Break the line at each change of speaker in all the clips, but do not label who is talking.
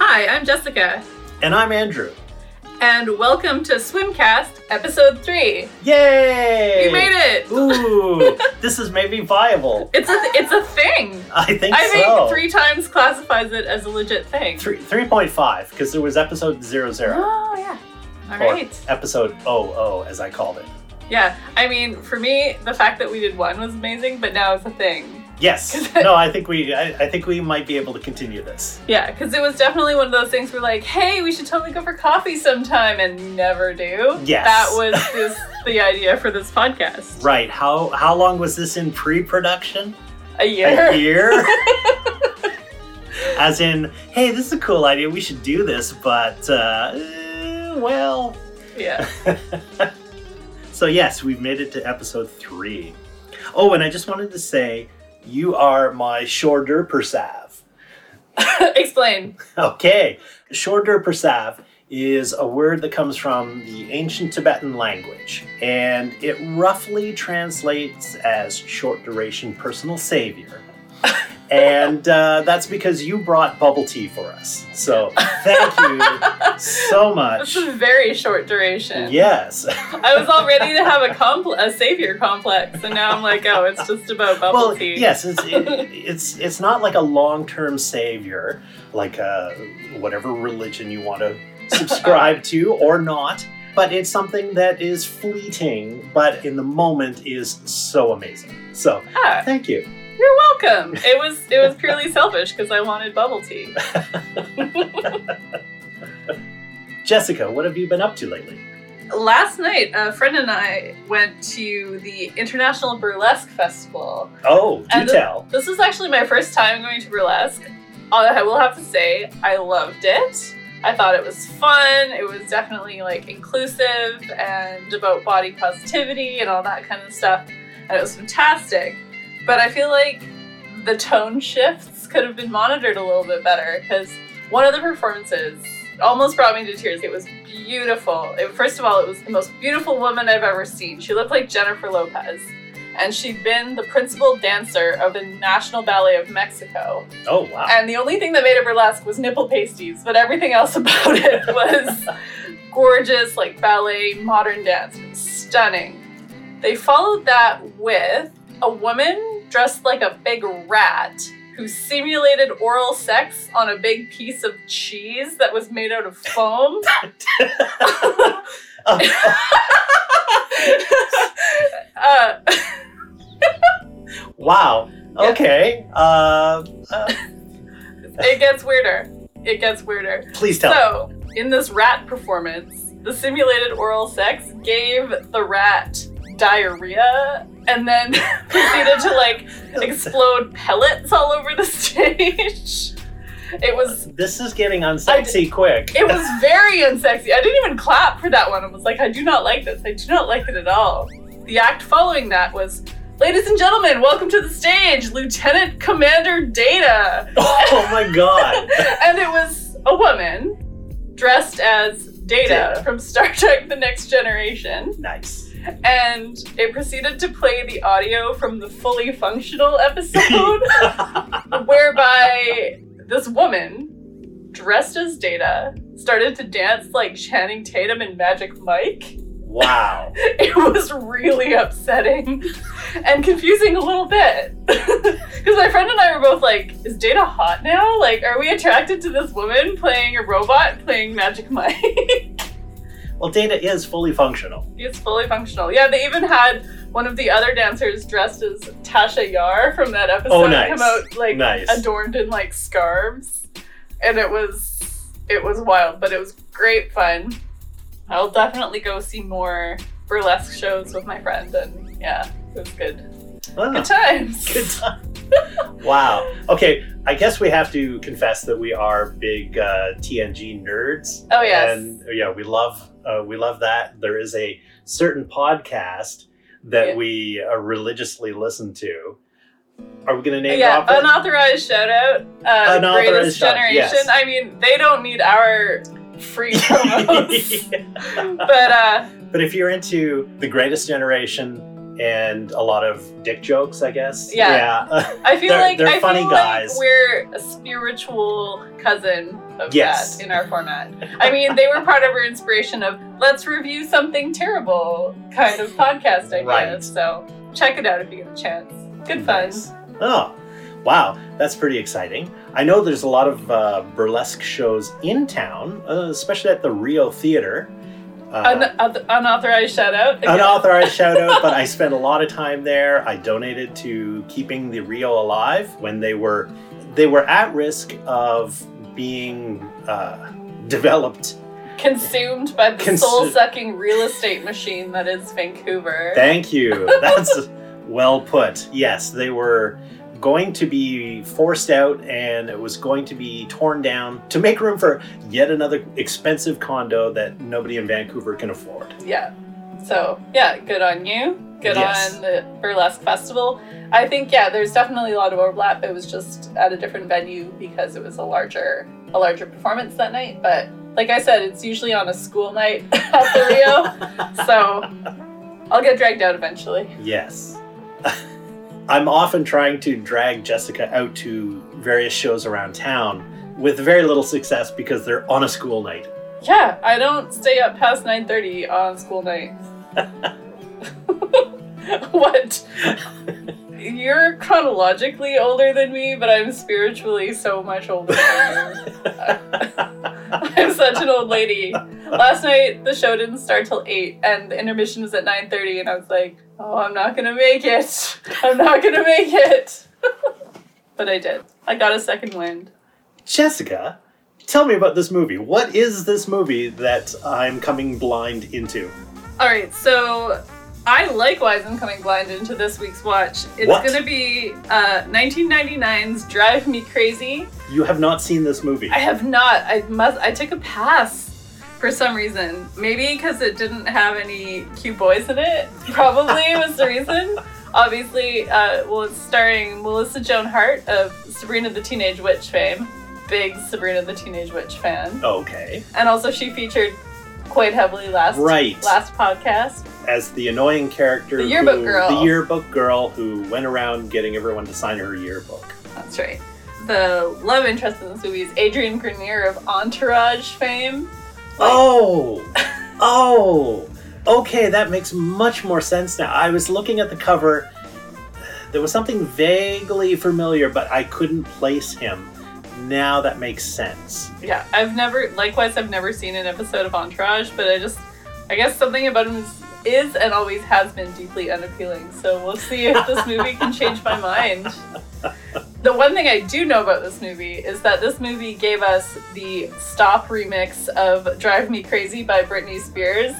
I'm Jessica,
And I'm Andrew.
and welcome to Swimcast Episode 3.
Yay!
We made it!
Ooh, this is maybe viable.
It's a, it's a thing!
I think
I think
so.
three times classifies it as a legit thing.
Three, 3.5, because there was episode 00.
Oh, yeah. All
or
right.
Episode 00, as I called it.
Yeah, I mean, for me, the fact that we did one was amazing, but now it's a thing.
Yes. no, I think we I, I think we might be able to continue this.
Yeah, because it was definitely one of those things where, like, hey, we should totally go for coffee sometime and never do.
Yes.
That was this, the idea for this podcast.
Right. How how long was this in pre-production?
A year.
A year? As in, hey, this is a cool idea. We should do this, but uh, eh, well,
Yeah.
So, yes, we've made it to episode three. Oh, and I just wanted to say, you are my shorter persav.
Explain.
Okay, shorter persav is a word that comes from the ancient Tibetan language, and it roughly translates as short duration personal savior. and uh, that's because you brought bubble tea for us. So, thank you so
This
much.
is very short duration.
Yes.
I was all ready to have a compl- a savior complex, and now I'm like, oh, it's just about bubble
well,
tea.
yes, it's it, it's it's not like a long term savior, like uh, whatever religion you want to subscribe to or not. But it's something that is fleeting, but in the moment is so amazing. So
Ah,
thank you.
you're welcome. It was it was purely selfish because I wanted bubble tea.
Jessica, what have you been up to lately?
Last night, a friend and I went to the International Burlesque Festival.
Oh, do
And the-
tell.
This is actually my first time going to burlesque. Although I will have to say, I loved it. I thought it was fun. It was definitely like inclusive and about body positivity and all that kind of stuff. And it was fantastic. But I feel like the tone shifts could have been monitored a little bit better because one of the performances almost brought me to tears. It was beautiful. It, first of all, it was the most beautiful woman I've ever seen. She looked like Jennifer Lopez and she'd been the principal dancer of the National Ballet of Mexico.
Oh wow.
And the only thing that made it burlesque was nipple pasties, but everything else about it was gorgeous, like ballet, modern dance. It was stunning. They followed that with a woman dressed like a big rat who simulated oral sex on a big piece of cheese that was made out of foam. uh,
wow. Okay. Uh, uh,
it gets weirder. It gets weirder.
please tell.
So, in this rat performance, the simulated oral sex gave the rat diarrhea and then proceeded to like explode pellets all over the stage. It was
this is getting unsexy quick.
it was very unsexy. I didn't even clap for that one. I was like, I do not like this. I do not like it at all. The act following that was, ladies and gentlemen, welcome to the stage, Lieutenant Commander Data
oh my god.
and it was a woman dressed as Data
Data.
from Star Trek The Next Generation.
Nice.
And it proceeded to play the audio from the fully functional episode, whereby this woman, dressed as Data, started to dance like Channing Tatum and Magic Mike.
Wow.
It was really upsetting and confusing a little bit. Because my friend and I were both like, is Data hot now? Like, are we attracted to this woman playing a robot playing Magic Mike?
Well, data is fully functional.
it's fully functional. Yeah, they even had one of the other dancers dressed as Tasha Yar from that episode
Oh, nice.
come out like
nice.
adorned in like scarves. And it was it was wild, but it was great fun. I'll definitely go see more burlesque shows with my friend and yeah, it was good.
Ah,
Good times.
good time. wow. Okay, I guess we have to confess that we are big uh, TNG nerds.
Oh, yes.
And yeah, we love uh, we love that. There is a certain podcast that
Yeah.
we uh, religiously listen to. Are we going to name
yeah,
drop it?
unauthorized shout out. Uh,
Unauthorized
greatest
shout,
generation.
yes.
I mean, they don't need our free promos.
Yeah.
but uh
But if you're into the greatest generation and a lot of dick jokes, I guess.
Yeah.
Yeah.
I feel
They're-
like
they're
I
funny
feel
guys.
like we're a spiritual cousin of
Yes.
that in our format. I mean, they were part of our inspiration of let's review something terrible kind of podcast idea.
Right.
So check it out if you get a chance. Good fun.
Nice. Oh, wow. That's pretty exciting. I know there's a lot of uh, burlesque shows in town, uh, especially at the Rio Theater.
Un-
Uh,
uth- unauthorized shout out. again.
unauthorized shout out, but I spent a lot of time there. I donated to keeping the Rio alive when they were they were at risk of being uh, developed.
Consumed by the
Consu-
soul sucking real estate machine that is Vancouver.
Thank you. That's well put. Yes, they were going to be forced out and it was going to be torn down to make room for yet another expensive condo that nobody in Vancouver can afford.
Yeah. So yeah, good on you. Good
Yes.
on the burlesque festival. I think yeah, there's definitely a lot of overlap. It was just at a different venue because it was a larger a larger performance that night. But like I said, it's usually on a school night at the Rio. so I'll get dragged out eventually.
Yes. I'm often trying to drag Jessica out to various shows around town with very little success because they're on a school night.
Yeah, I don't stay up past nine thirty on school night. what? You're chronologically older than me, but I'm spiritually so much older than you. I'm such an old lady. Last night the show didn't start till eight, and the intermission was at nine thirty, and I was like, "Oh, I'm not gonna make it. I'm not gonna make it." but I did. I got a second wind.
Jessica, tell me about this movie. What is this movie that I'm coming blind into?
All right, so I likewise am coming blind into this week's watch. It's
What?
gonna be uh, 1999's "Drive Me Crazy."
You have not seen this movie.
I have not. I must. I took a pass for some reason. Maybe because it didn't have any cute boys in it. Probably was the reason. Obviously, uh, well, it's starring Melissa Joan Hart of Sabrina the Teenage Witch fame. Big Sabrina the Teenage Witch fan,
Okay.
and also she featured quite heavily last
Right.
last podcast.
As the annoying character.
The yearbook
who-
girl.
The yearbook girl who went around getting everyone to sign her yearbook.
That's right. The love interest in this movie is Adrian Grenier of Entourage fame.
Oh! oh! Okay, that makes much more sense now. I was looking at the cover. There was something vaguely familiar, but I couldn't place him. Now that makes sense.
Yeah, I've never, likewise, I've never seen an episode of Entourage, but I just, I guess something about him is, is and always has been deeply unappealing. So we'll see if this movie can change my mind. The one thing I do know about this movie is that this movie gave us the stop remix of Drive Me Crazy by Britney Spears.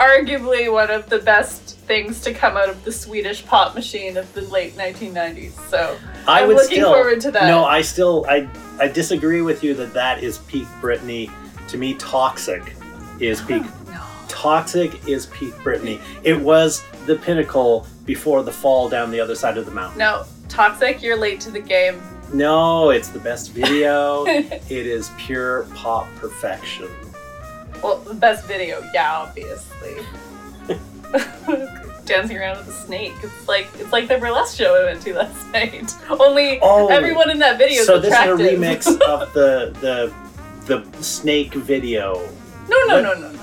Arguably one of the best things to come out of the Swedish pop machine of the late 1990s. So
I
I'm
would
looking
still.
forward to that.
No, I still I I disagree with you that that is peak Britney. To me, toxic is peak. Toxic is peak Britney. It was the pinnacle before the fall down the other side of the mountain.
No, Toxic, you're late to the game.
No, it's the best video. it is pure pop perfection.
Well, the best video, yeah, obviously. Dancing around with a snake. It's like it's like the burlesque show I went to last night. Only
Oh,
everyone in that video is
so
attractive.
this is a remix of the the the snake video.
no, no, no, no, no.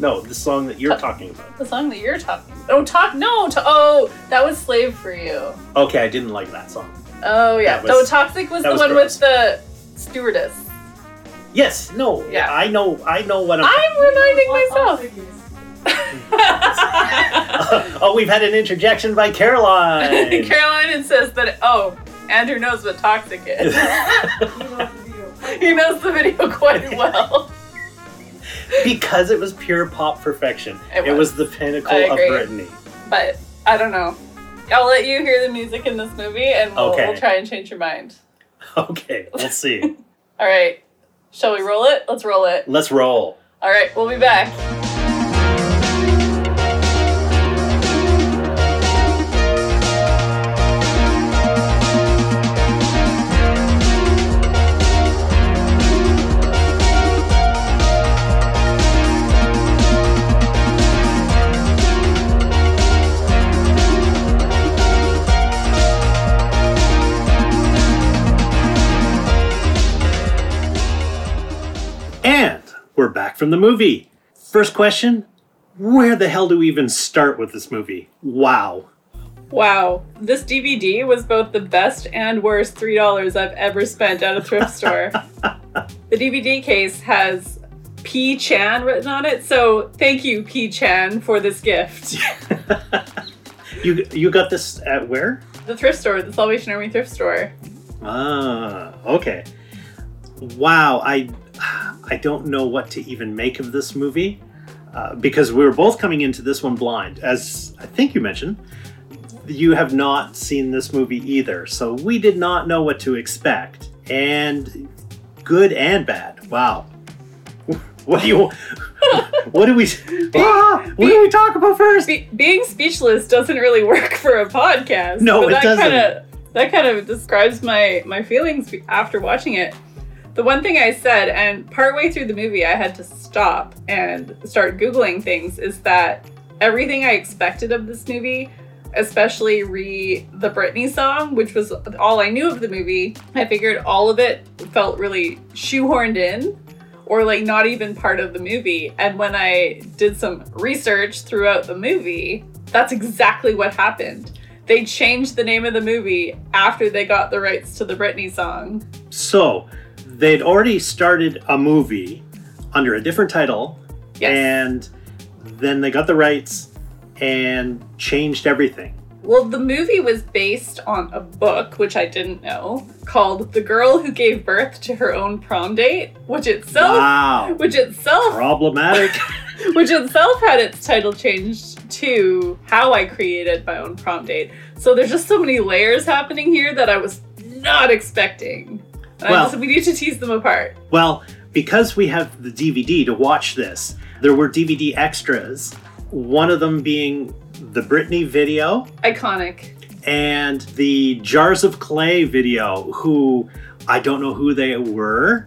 No, the song that
Uh.
you're talking about.
The song that you're talking. Oh, talk. No, to, oh, that was "Slave for You."
Okay, I didn't like that song.
Oh yeah.
That was-
so "Toxic" was
that
the
was
one with
gross.
the stewardess.
Yes, no,
Yeah.
I know, I know what I'm.
I'm reminding myself.
oh, we've had an interjection by Caroline.
Caroline says that. Oh, Andrew knows what "Toxic" is. he knows the video quite well.
because it was pure pop perfection.
It
was. the pinnacle
I
of
agree.
Britney.
but I don't know. I'll let you hear the music in this movie and we'll,
Okay.
we'll try and change your mind.
Okay, let's see.
All right. Shall we roll it? Let's roll it.
let's roll.
All right. We'll be back.
We're back from the movie. First question Where the hell do we even start with this movie? Wow.
Wow, this DVD was both the best and worst three dollars I've ever spent at a thrift store. the DVD case has P Chan written on it, so thank you P Chan for this gift.
You, you got this at where?
the thrift store, the Salvation Army thrift store.
Ah, okay. Wow, I I don't know what to even make of this movie uh, because we were both coming into this one blind, as I think you mentioned. You have not seen this movie either, so we did not know what to expect, and good and bad. Wow. What do you? What do we? Ah, what do we talk about first?
Be- being speechless doesn't really work for a podcast.
No,
but
it
that
doesn't.
Kinda, that kind of describes my my feelings be- after watching it. The one thing I said, and partway through the movie, I had to stop and start googling things, is that everything I expected of this movie, especially re the Britney song, which was all I knew of the movie, I figured all of it felt really shoehorned in or like not even part of the movie. And when I did some research throughout the movie, that's exactly what happened. They changed the name of the movie after they got the rights to the Britney song.
So, they'd already started a movie under a different title
Yes.
and then they got the rights and changed everything.
well, the movie was based on a book, which I didn't know, called The Girl Who Gave Birth to Her Own Prom Date, which itself
wow,
which itself
problematic.
which itself had its title changed to How I Created My Own Prom Date. So there's just so many layers happening here that I was not expecting. And I
Well-
just- we need to tease them apart.
well, because we have the DVD to watch this, there were DVD extras. One of them being the Britney video
Iconic.
and the Jars of Clay video. Who I don't know who they were.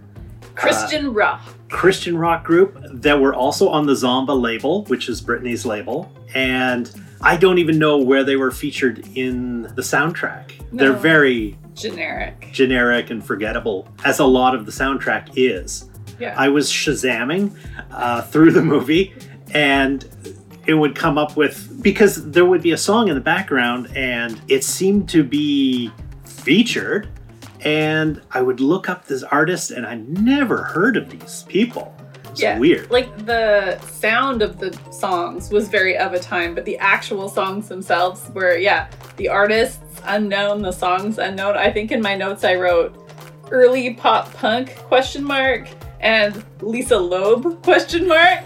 Christian Rock.
Christian rock group that were also on the Zomba label, which is Britney's label. And I don't even know where they were featured in the soundtrack. They're
No.
very
Generic.
generic and forgettable, as a lot of the soundtrack is.
Yeah.
I was shazamming uh, through the movie, and it would come up with because there would be a song in the background, and it seemed to be featured. And I would look up this artist, and I never heard of these people. It's
Yeah.
weird.
like the sound of the songs was very of a time, but the actual songs themselves were, yeah, the artists unknown, the songs unknown. I think in my notes I wrote early pop punk question mark and Lisa Loeb question mark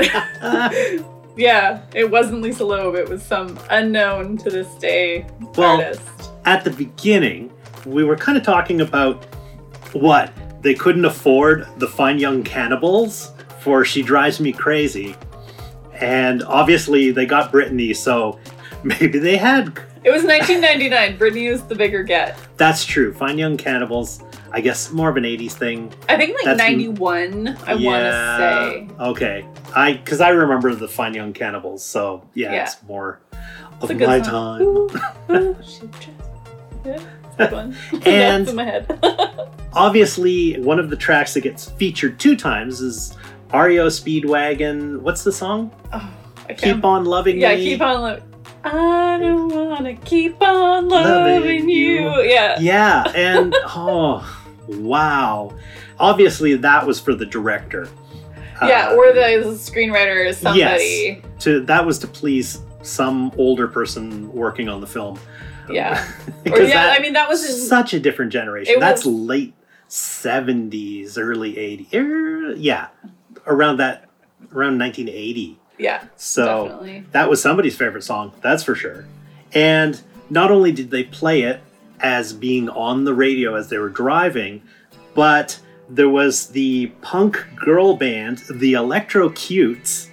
and yeah, it wasn't Lisa Loeb, it was some unknown to this day
Well,
artist.
At the beginning, we were kind of talking about what they couldn't afford the fine young cannibals for "She Drives Me Crazy," and obviously they got Britney, so maybe they had
It was 1999. Britney was the bigger get.
That's true. Fine Young Cannibals, I guess more of an 80s thing.
I think like
That's-
91, I want to say.
Okay. I cuz I remember the Fine Young Cannibals, so yeah,
Yeah.
it's more
It's
of
a good
my
song.
time.
Ooh, ooh, she just- yeah, it's a good one.
And-
That's in my head.
Obviously, one of the tracks that gets featured two times is REO Speedwagon. What's the song?
Oh, I can't.
Keep on loving
yeah,
me.
keep on loving. I don't wanna keep on loving,
Loving
you.
you.
Yeah.
Yeah, and oh, wow. Obviously, that was for the director.
yeah,
Uh,
or the screenwriter or somebody.
to that was to please some older person working on the film.
Yeah. Or
Because
yeah,
that-
I mean that was in,
such a different generation.
It
That's
was-
late seventies, early eighties. Yeah, around that, around nineteen eighty.
yeah,
So
definitely.
that was somebody's favorite song, that's for sure. And not only did they play it as being on the radio as they were driving, but there was the punk girl band, the Electro Cutes.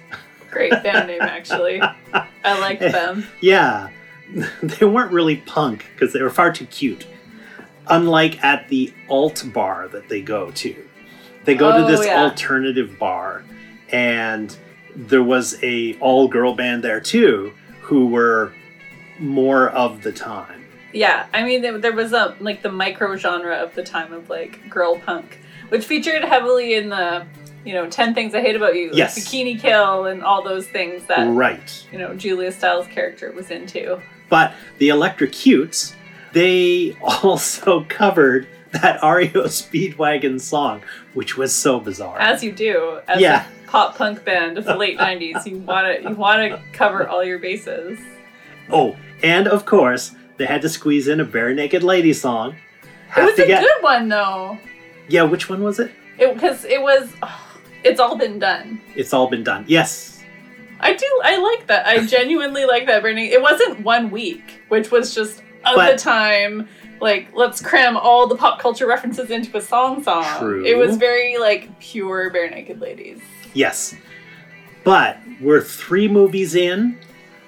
Great band name actually. I like them.
Yeah, they weren't really punk because they were far too cute. Unlike at the alt bar that they go to, they go
Oh,
to this
yeah.
alternative bar, and there was a all girl band there too who were more of the time.
Yeah, I mean there, there was a like the micro genre of the time of like girl punk, which featured heavily in the you know, 10 Things I Hate About You,
Yes.
Bikini Kill, and all those things that,
Right.
you know, Julia Stiles' character was into.
But the Electrocutes, they also covered that REO Speedwagon song, which was so bizarre.
As you do, as
Yeah.
a pop punk band of the late 90s, you want to you want to cover all your bases.
oh, and of course, they had to squeeze in a bare naked lady song.
It
Have
was
to
a
get
good one though.
Yeah, which one was it?
It because it was it's all been done.
It's all been done. Yes.
I do I like that. I genuinely like that Bernie. It wasn't one week, which was just of
But-
the time like let's cram all the pop culture references into a song song.
True.
It was very like pure bare naked ladies.
Yes. But we're three movies in,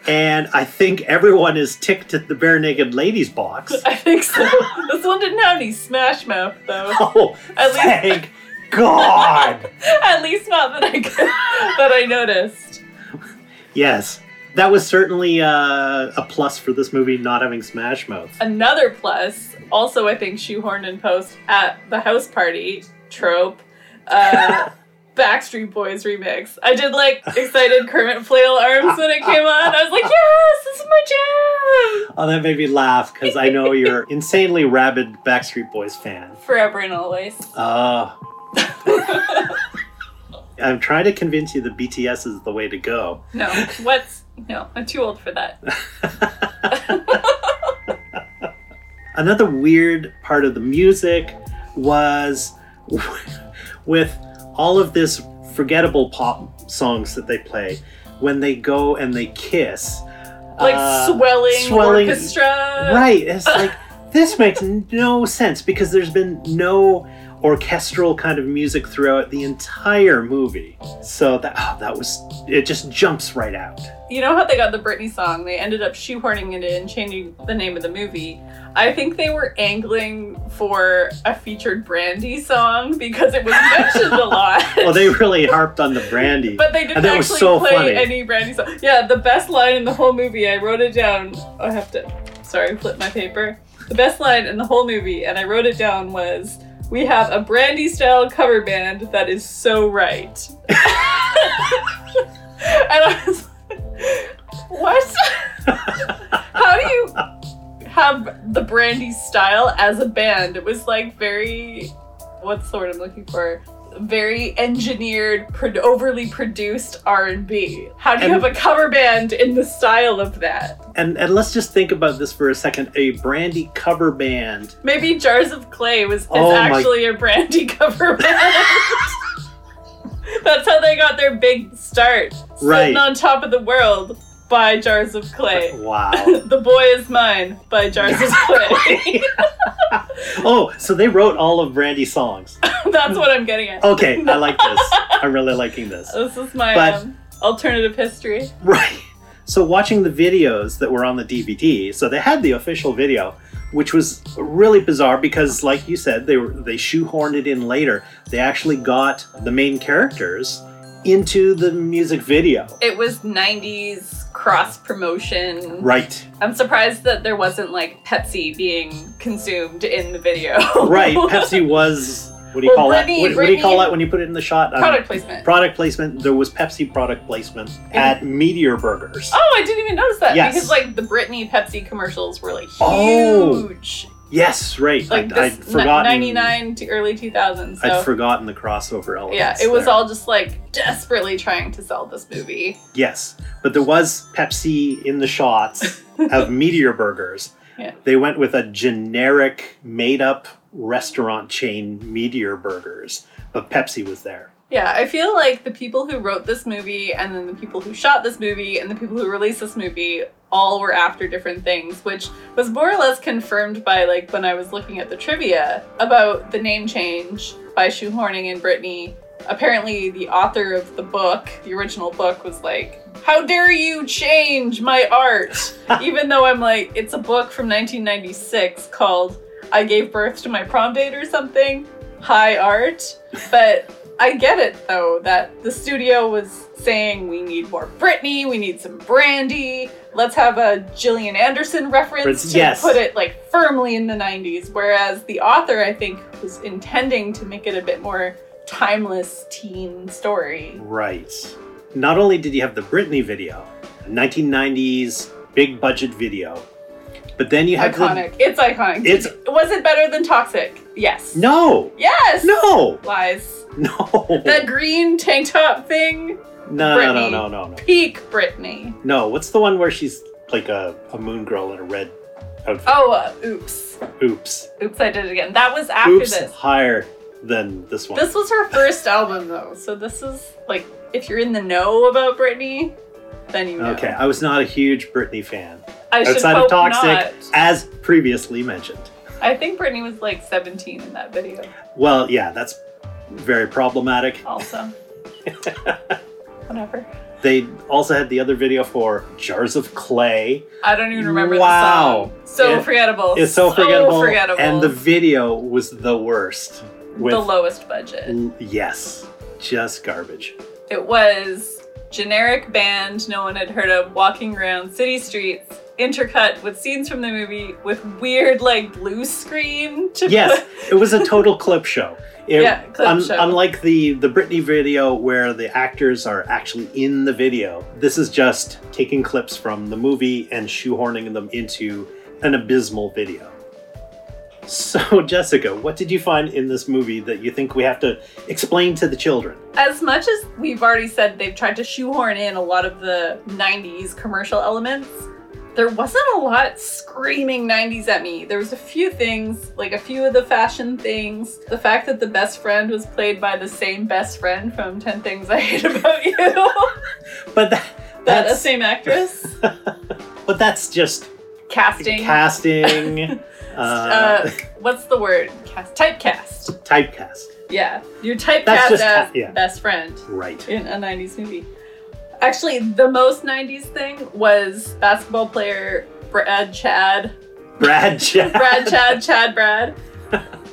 and I think everyone is ticked at the bare naked ladies box.
I think so. this one didn't have any smash mouth though.
Oh,
At least-
thank God.
At least not that I could, that I noticed.
Yes. That was certainly uh, a plus for this movie not having Smash Mouth.
another plus, also I think shoehorned in post at the house party trope, uh, Backstreet Boys remix. I did like excited Kermit flail arms when it came on. I was like, yes, this is my jam
Oh, that made me laugh because I know you're insanely rabid Backstreet Boys fan.
forever and always.
Uh, I'm trying to convince you that BTS is the way to go.
No, what's no? I'm too old for that.
Another weird part of the music was with all of this forgettable pop songs that they play when they go and they kiss.
Like
uh,
swelling,
swelling-
orchestra.
Right. It's like this makes no sense because there's been no orchestral kind of music throughout the entire movie. So that oh, that was it just jumps right out.
You know how they got the Britney song? They ended up shoehorning it in, changing the name of the movie. I think they were angling for a featured Brandy song because it was mentioned a lot.
Well, they really harped on the brandy.
but they didn't
and that was
actually
so
play
funny.
any Brandy song. Yeah, the best line in the whole movie, I wrote it down. I have to, sorry, flip my paper. The best line in the whole movie, and I wrote it down, was We have a Brandy style cover band that is so right. and I was like, What? How do you have the Brandy style as a band? It was like very, what's the word I'm looking for? Very engineered, pro- overly produced R and B. How do you
And-
have a cover band in the style of that?
And and let's just think about this for a second. A brandy cover band.
Maybe Jars of Clay was is
Oh my-
actually a Brandy cover band. That's how they got their big start.
Right.
Sitting on top of the world by Jars of Clay.
Wow.
the boy is mine by Jars of Clay.
oh, so they wrote all of Brandy's songs.
That's what I'm getting at.
Okay, I like this. I'm really liking this.
This is my
But-
um, alternative history.
Right. So watching the videos that were on the DVD, so they had the official video, which was really bizarre because, like you said, they were they shoehorned it in later. They actually got the main characters into the music video.
It was 90s cross promotion.
Right.
I'm surprised that there wasn't like Pepsi being consumed in the video.
Right. Pepsi was what do you
Well,
call that?
Britney-
What, what do you call
Britney-
that when you put it in the shot? Um,
Product placement.
product placement. There was Pepsi product placement at Meteor Burgers.
Oh, I didn't even notice that
Yes.
because like the Britney Pepsi commercials were like
Oh.
huge,
Yes, right.
like
I,
this
I'd forgotten.
'99 to early 2000s. So
I'd forgotten the crossover element.
yeah, it was all just like desperately trying to sell this movie.
Yes, but there was Pepsi in the shots of Meteor Burgers.
Yeah.
They went with a generic, made up restaurant chain, Meteor Burgers, but Pepsi was there.
Yeah, I feel like the people who wrote this movie and then the people who shot this movie and the people who released this movie all were after different things, which was more or less confirmed by like when I was looking at the trivia about the name change by shoehorning in Britney. Apparently, the author of the book, the original book, was like, How dare you change my art? Even though I'm like, it's a book from 1996 called I Gave Birth to My Prom Date or something. High art. But I get it though that the studio was saying we need more Britney, we need some Brandy. Let's have a Gillian Anderson reference
Prince-
to
yes.
put it like firmly in the 90s. Whereas the author, I think, was intending to make it a bit more timeless teen story.
Right. Not only did you have the Britney video, 1990s big budget video, but then you had
iconic. It's iconic.
It's-
was it better than Toxic? Yes.
the no,
Yes.
no, Oh.
Lies.
no,
That green tank top thing.
no, no, no,
Britney.
no, no, no.
Peak Britney.
No, what's the one where she's like a, a moon girl in a red outfit?
Oh, uh, oops.
Oops,
Oops, I did it again. That was after
oops,
this.
higher than this one.
This was her first album though, so this is like if you're in the know about Britney, then you know.
okay, I was not a huge Britney fan,
I should
outside
hope
of Toxic,
not.
as previously mentioned.
I think Britney was like 17 in that video.
Well, yeah, that's very problematic.
Also. Whatever.
They also had the other video for Jars of Clay.
I don't even remember
Wow.
the song. So
It-
forgettable.
It's so forgettable,
forgettable.
and the video was the worst. With
the lowest budget.
l- yes, just garbage.
It was generic band no one had heard of walking around city streets intercut with scenes from the movie with weird like blue screen to
Yes, it was a total clip show. It-
Yeah, clip show.
Unlike the the Britney video where the actors are actually in the video, this is just taking clips from the movie and shoehorning them into an abysmal video. So, Jessica, what did you find in this movie that you think we have to explain to the children?
as much as we've already said they've tried to shoehorn in a lot of the 90s commercial elements there wasn't a lot screaming 90s at me there was a few things like a few of the fashion things the fact that the best friend was played by the same best friend from 10 things i hate about you
But that,
that the
that's
same actress
but that's just
casting
casting, uh,
uh, what's the word cast typecast
typecast.
yeah you're typecast
That's just
as
ca- yeah.
best friend
Right.
in a 90s movie. Actually, the most 90s thing was basketball player Brad Chad.
Brad Chad.
Brad Chad, Chad Brad.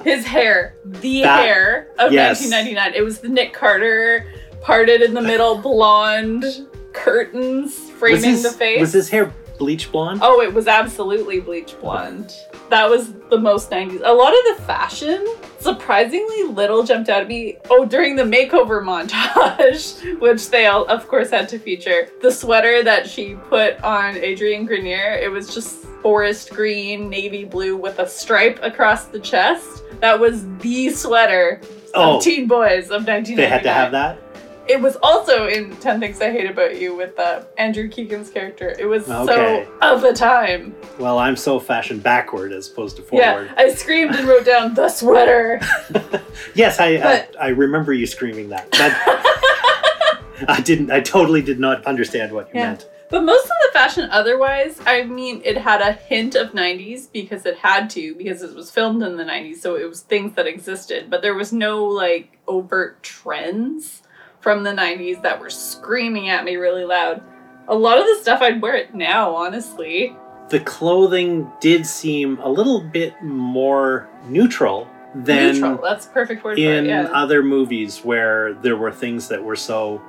His hair, the
That-
hair of
yes.
1999. It was the Nick Carter parted in the middle, blonde curtains framing
was his,
the face.
Was his hair bleach blonde?
Oh, it was absolutely bleach blonde. That was the most 90s. A lot of the fashion, surprisingly little jumped out at me. Oh, during the makeover montage, which they all, of course, had to feature, the sweater that she put on Adrian Grenier, it was just forest green, navy blue with a stripe across the chest. That was the sweater
Oh,
of Teen Boys of 1999.
they had to have that.
It was also in 10 Things I Hate About You with uh, Andrew Keegan's character. It was
Okay.
so of the time.
Well, I'm so fashioned backward as opposed to forward.
Yeah, I screamed and wrote down the sweater.
Yes, I,
But-
I I remember you screaming that. That I didn't. I totally did not understand what you
Yeah.
meant.
But most of the fashion otherwise, I mean, it had a hint of 90s because it had to, because it was filmed in the 90s, so it was things that existed. But there was no like overt trends from the 90s that were screaming at me really loud. A lot of the stuff I'd wear it now, honestly.
The clothing did seem a little bit more neutral than
Neutral, that's the perfect word for
in
it. Yeah.
other movies where there were things that were so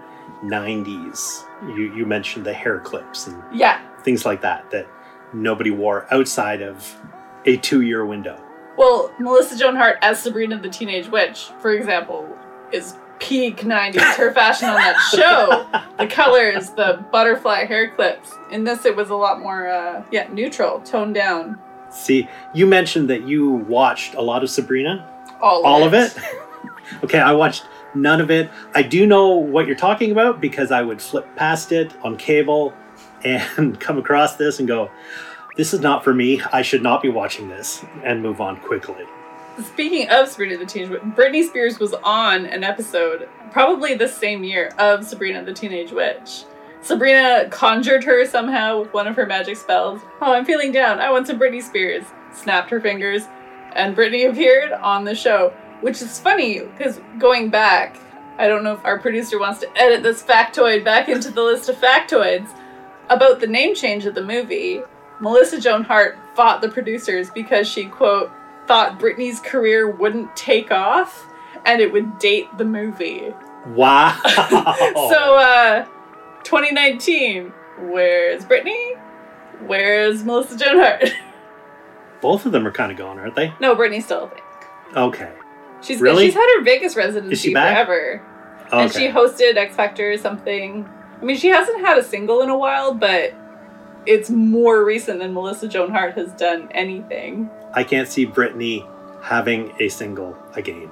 90s. You you mentioned the hair clips and
yeah,
things like that that nobody wore outside of a two-year window.
Well, Melissa Joan Hart as Sabrina the Teenage Witch, for example, is peak 90s. Her fashion on that show, the colors, the butterfly hair clips. In this, it was a lot more, uh, yeah, neutral, toned down.
See, you mentioned that you watched a lot of Sabrina.
All of
All
it.
of it? okay, I watched none of it. I do know what you're talking about because I would flip past it on cable and come across this and go, this is not for me. I should not be watching this and move on quickly.
Speaking of Sabrina the Teenage Witch, Britney Spears was on an episode, probably this same year, of Sabrina the Teenage Witch. Sabrina conjured her somehow with one of her magic spells. Oh, I'm feeling down. I want some Britney Spears. Snapped her fingers, and Britney appeared on the show, which is funny because going back, I don't know if our producer wants to edit this factoid back into the list of factoids about the name change of the movie. Melissa Joan Hart fought the producers because she, quote, thought Britney's career wouldn't take off and it would date the movie.
Wow.
So, uh, 2019, where's Britney? Where's Melissa Joan Hart?
both of them are kind of gone, aren't they?
no, Britney's still a thing.
Okay.
She's
Really?
she's had her Vegas residency
Is she back?
forever.
Okay.
And she hosted X Factor or something. I mean, she hasn't had a single in a while, but it's more recent than Melissa Joan Hart has done anything.
I can't see Brittany having a single again.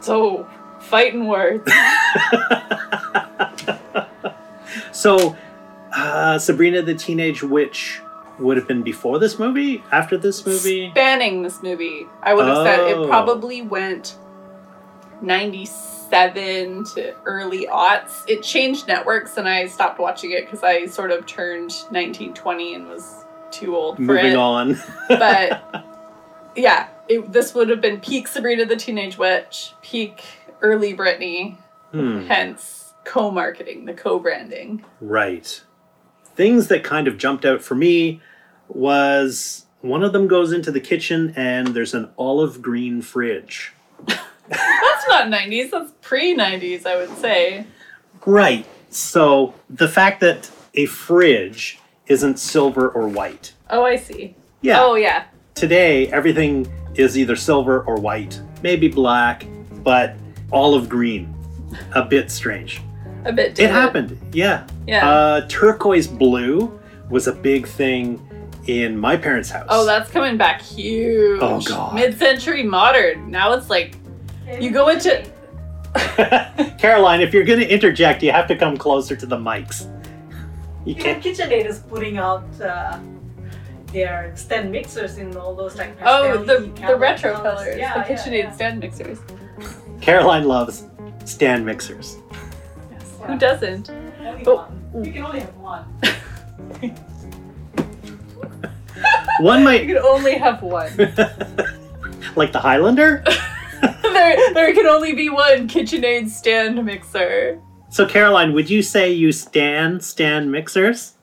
So, fighting words.
So, uh, Sabrina the Teenage Witch would have been before this movie, after this movie.
Spanning this movie. I would have said
Oh.
it probably went 97 to early aughts. It changed networks and I stopped watching it because I sort of turned 1920 and was too old for
Moving
it.
on.
but yeah, it, this would have been peak Sabrina the Teenage Witch, peak early Britney,
Hmm.
hence co-marketing, the co-branding.
Right. Things that kind of jumped out for me was one of them goes into the kitchen and there's an olive green fridge.
That's not 90s, that's pre-90s, I would say.
Right. So the fact that a fridge isn't silver or white.
Oh, I see.
Yeah.
Oh, yeah.
Today, everything is either silver or white, maybe black, but olive green. A bit strange.
A bit
It
different.
happened. Yeah.
Yeah.
Uh, turquoise blue was a big thing in my parents' house.
oh, that's coming back huge.
Oh, God.
Mid-century modern. Now it's like You go into-
Caroline, if you're going to interject, you have to come closer to the mics. You
Even
can't.
KitchenAid is putting out uh, their stand mixers in all those like
oh the
pastel-y
the
colours.
retro colors,
Yeah,
the
yeah,
KitchenAid
yeah.
stand mixers.
Caroline loves stand mixers.
Yes.
Yeah.
Who doesn't?
Only
Oh.
one. You can only have one.
One
You
might,
could only have one.
like the Highlander.
there, there can only be one KitchenAid stand mixer.
So, Caroline, would you say you stand stand mixers?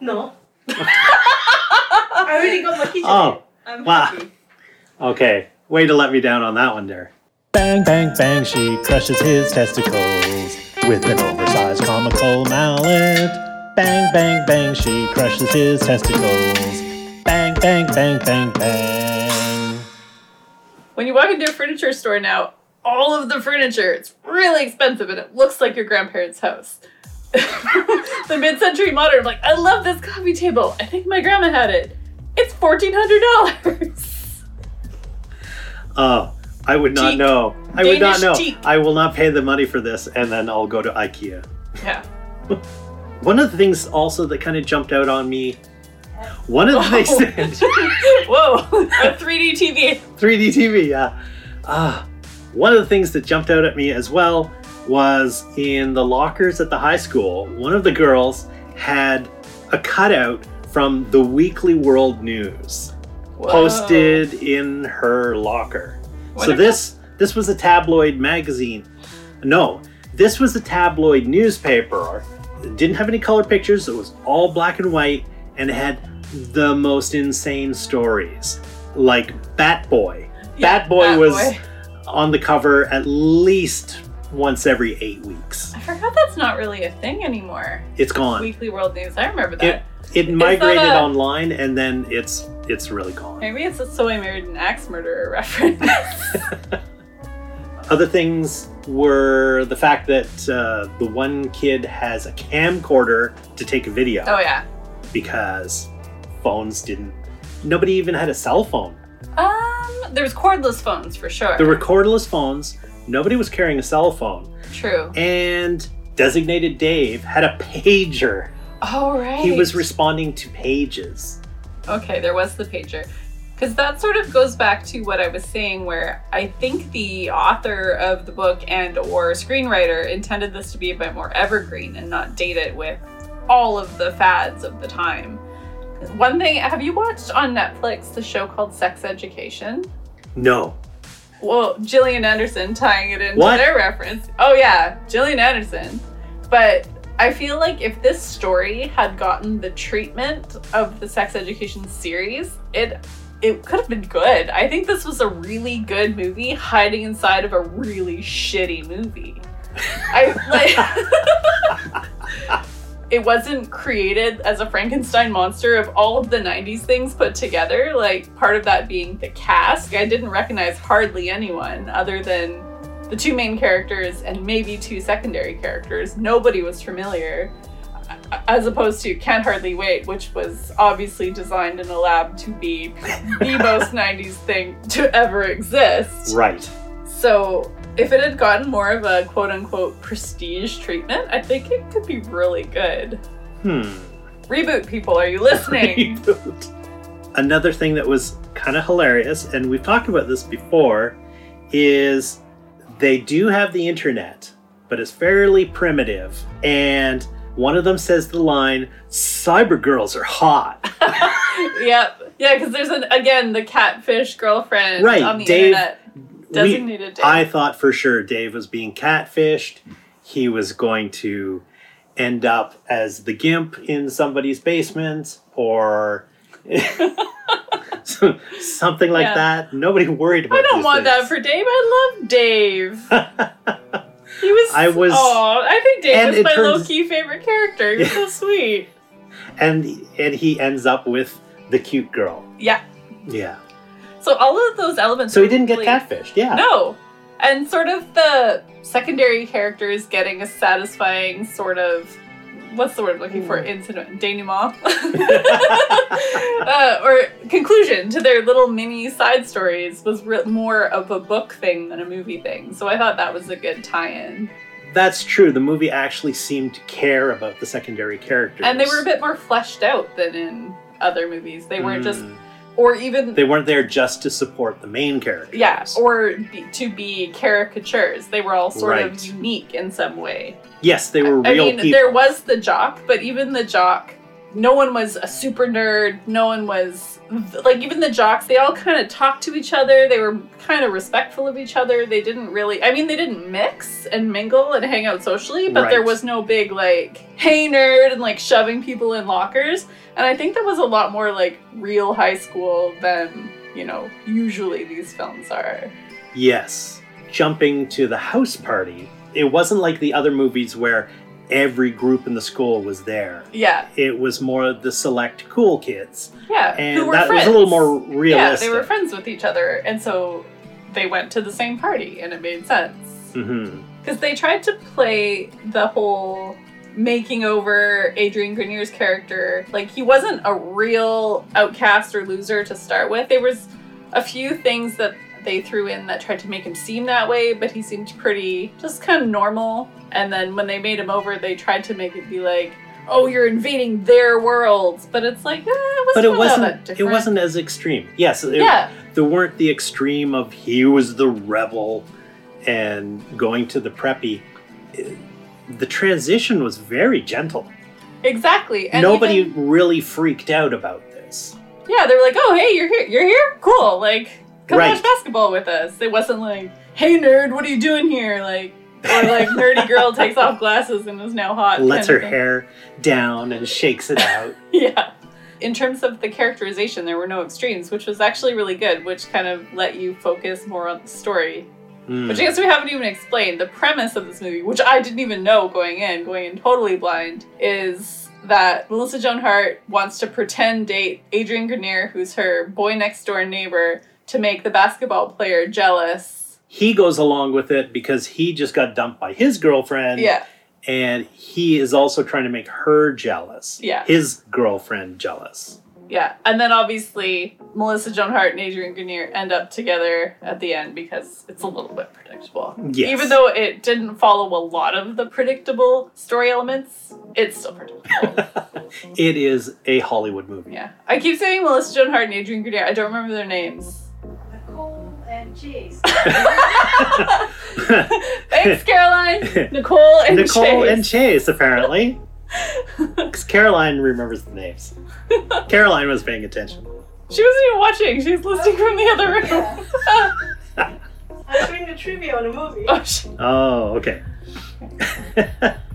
No. I already got my KitchenAid.
Oh,
I'm
wow.
happy.
Okay, way to let me down on that one, there. Bang, bang, bang, she crushes his testicles with an oversized comical mallet. Bang, bang, bang, she crushes his testicles. Bang, bang, bang, bang, bang.
When you walk into a furniture store now, all of the furniture it's really expensive and it looks like your grandparents' house. the mid-century modern, like I love this coffee table. I think my grandma had it. It's fourteen hundred dollars.
Oh, I would not
Teak.
know. I would
Danish
not know.
teak.
I will not pay the money for this, and then I'll go to IKEA.
Yeah.
One of the things also that kind of jumped out on me. One of the things that
Whoa. A three D TV.
3D TV, yeah. Ah, one of the things that jumped out at me as well was in the lockers at the high school, one of the girls had a cutout from the Weekly World News
Whoa.
posted in her locker. so
Wonderful.
this this was a tabloid magazine. No, this was a tabloid newspaper. It didn't have any color pictures. It was all black and white, and it had the most insane stories, like Bat Boy.
Yeah,
Bat Boy was
Boy.
on the cover at least once every eight weeks.
I forgot that's not really a thing anymore.
It's gone.
Weekly World News. I remember that.
It it migrated
a-
online, and then it's it's really gone.
Maybe it's a So I Married an Axe Murderer reference.
Other things were the fact that uh, the one kid has a camcorder to take a video
oh, yeah.
because phones didn't. Nobody even had a cell phone.
Um, there was cordless phones for sure.
There were cordless phones. Nobody was carrying a cell phone.
True.
And designated Dave had a pager.
Oh, right.
He was responding to pages.
okay, there was the pager. Because that sort of goes back to what I was saying, where I think the author of the book and or screenwriter intended this to be a bit more evergreen and not date it with all of the fads of the time. One thing, have you watched on Netflix the show called Sex Education?
No.
Well, Gillian Anderson tying it into
What?
their reference. Oh yeah, Gillian Anderson. But I feel like if this story had gotten the treatment of the sex education series, it it could have been good. I think this was a really good movie hiding inside of a really shitty movie. I like it wasn't created as a Frankenstein monster of all of the 90s things put together, like part of that being the cask. I didn't recognize hardly anyone other than the two main characters and maybe two secondary characters. Nobody was familiar, a- as opposed to Can't Hardly Wait, which was obviously designed in a lab to be the most 90s thing to ever exist.
Right.
So if it had gotten more of a quote unquote prestige treatment, I think it could be really good.
Hmm.
Reboot people, are you listening?
Another thing that was kind of hilarious, and we've talked about this before, is they do have the internet, but it's fairly primitive. And one of them says the line, Cyber girls are hot.
yep. Yeah, because there's an again the catfish girlfriend
Right,
on the
Dave-
internet
We-
designated Dave.
I thought for sure Dave was being catfished. He was going to end up as the gimp in somebody's basement or something like
Yeah.
that. Nobody worried about
I don't
these
want that
things.
for Dave. I love Dave. He was.
I was-
Aw, I think Dave
And
was
it
my
turns-
low key favorite character. He was so sweet.
and and he ends up with the cute girl.
Yeah.
Yeah.
So all of those elements.
So he
were
didn't get
really-
catfished. Yeah.
No. And sort of the secondary characters getting a satisfying sort of what's the word I'm looking for?
Hmm.
Incident denouement. uh, or conclusion to their little mini side stories was re- more of a book thing than a movie thing. So I thought that was a good tie-in.
That's true. The movie actually seemed to care about the secondary characters.
And they were a bit more fleshed out than in other movies. They weren't just
Mm.
or even
they weren't there just to support the main characters.
yeah, or be, to be caricatures. They were all sort of
Right.
unique in some way.
yes, they were
I
real
mean,
people.
there was the jock, but even the jock, no one was a super nerd. No one was like even the jocks. They all kind of talked to each other. They were kind of respectful of each other. They didn't really. I mean, they didn't mix and mingle and hang out socially, but there
Right.
was no big like hey nerd and like shoving people in lockers. And I think that was a lot more like real high school than you know usually these films are.
Yes. Jumping to the house party, it wasn't like the other movies where every group in the school was there.
Yeah,
It was more the select cool kids.
yeah.
And
who were
that
friends.
was a little more realistic.
Yeah, they were friends with each other, and so they went to the same party, and it made sense.
hmm
Because they tried to play the whole making over Adrian Grenier's character. Like, he wasn't a real outcast or loser to start with. There was a few things that they threw in that tried to make him seem that way, but he seemed pretty just kind of normal. And then when they made him over, they tried to make it be like, "Oh, you're invading their worlds," but it's like, eh, it was
But it
not all that
wasn't. It
different.
wasn't as extreme. Yes, it,
yeah,
there weren't the extreme of he was the rebel and going to the preppy. It- The transition was very gentle.
Exactly. And
Nobody
even-
really freaked out about this.
yeah, they were like, "Oh, hey, you're here. You're here. Cool. Like, come
Right.
watch basketball with us." It wasn't like, "Hey, nerd, what are you doing here?" Like, or like, nerdy girl takes off glasses and is now hot.
Lets her
kind of thing.
hair down and shakes it out.
Yeah. In terms of the characterization, there were no extremes, which was actually really good, which kind of let you focus more on the story.
Mm.
Which I guess we haven't even explained. The premise of this movie, which I didn't even know going in, going in totally blind, is that Melissa Joan Hart wants to pretend date Adrian Grenier, who's her boy next door neighbor, to make the basketball player jealous.
he goes along with it because he just got dumped by his girlfriend
yeah,
and he is also trying to make her jealous
Yeah.
his girlfriend jealous
yeah. And then obviously Melissa Joan Hart and Adrian Grenier end up together at the end because it's a little bit predictable.
Yes.
Even though it didn't follow a lot of the predictable story elements, it's still predictable.
it is a hollywood movie
Yeah. I keep saying Melissa Joan Hart and Adrian Grenier. I don't remember their names.
Nicole and Chase.
Thanks, Caroline. Nicole and
nicole
Chase.
and chase apparently 'Cause caroline remembers the names caroline was paying attention
she wasn't even watching. She was listening from the other room.
Yeah. I was doing the trivia on the movie.
oh, sh-
oh okay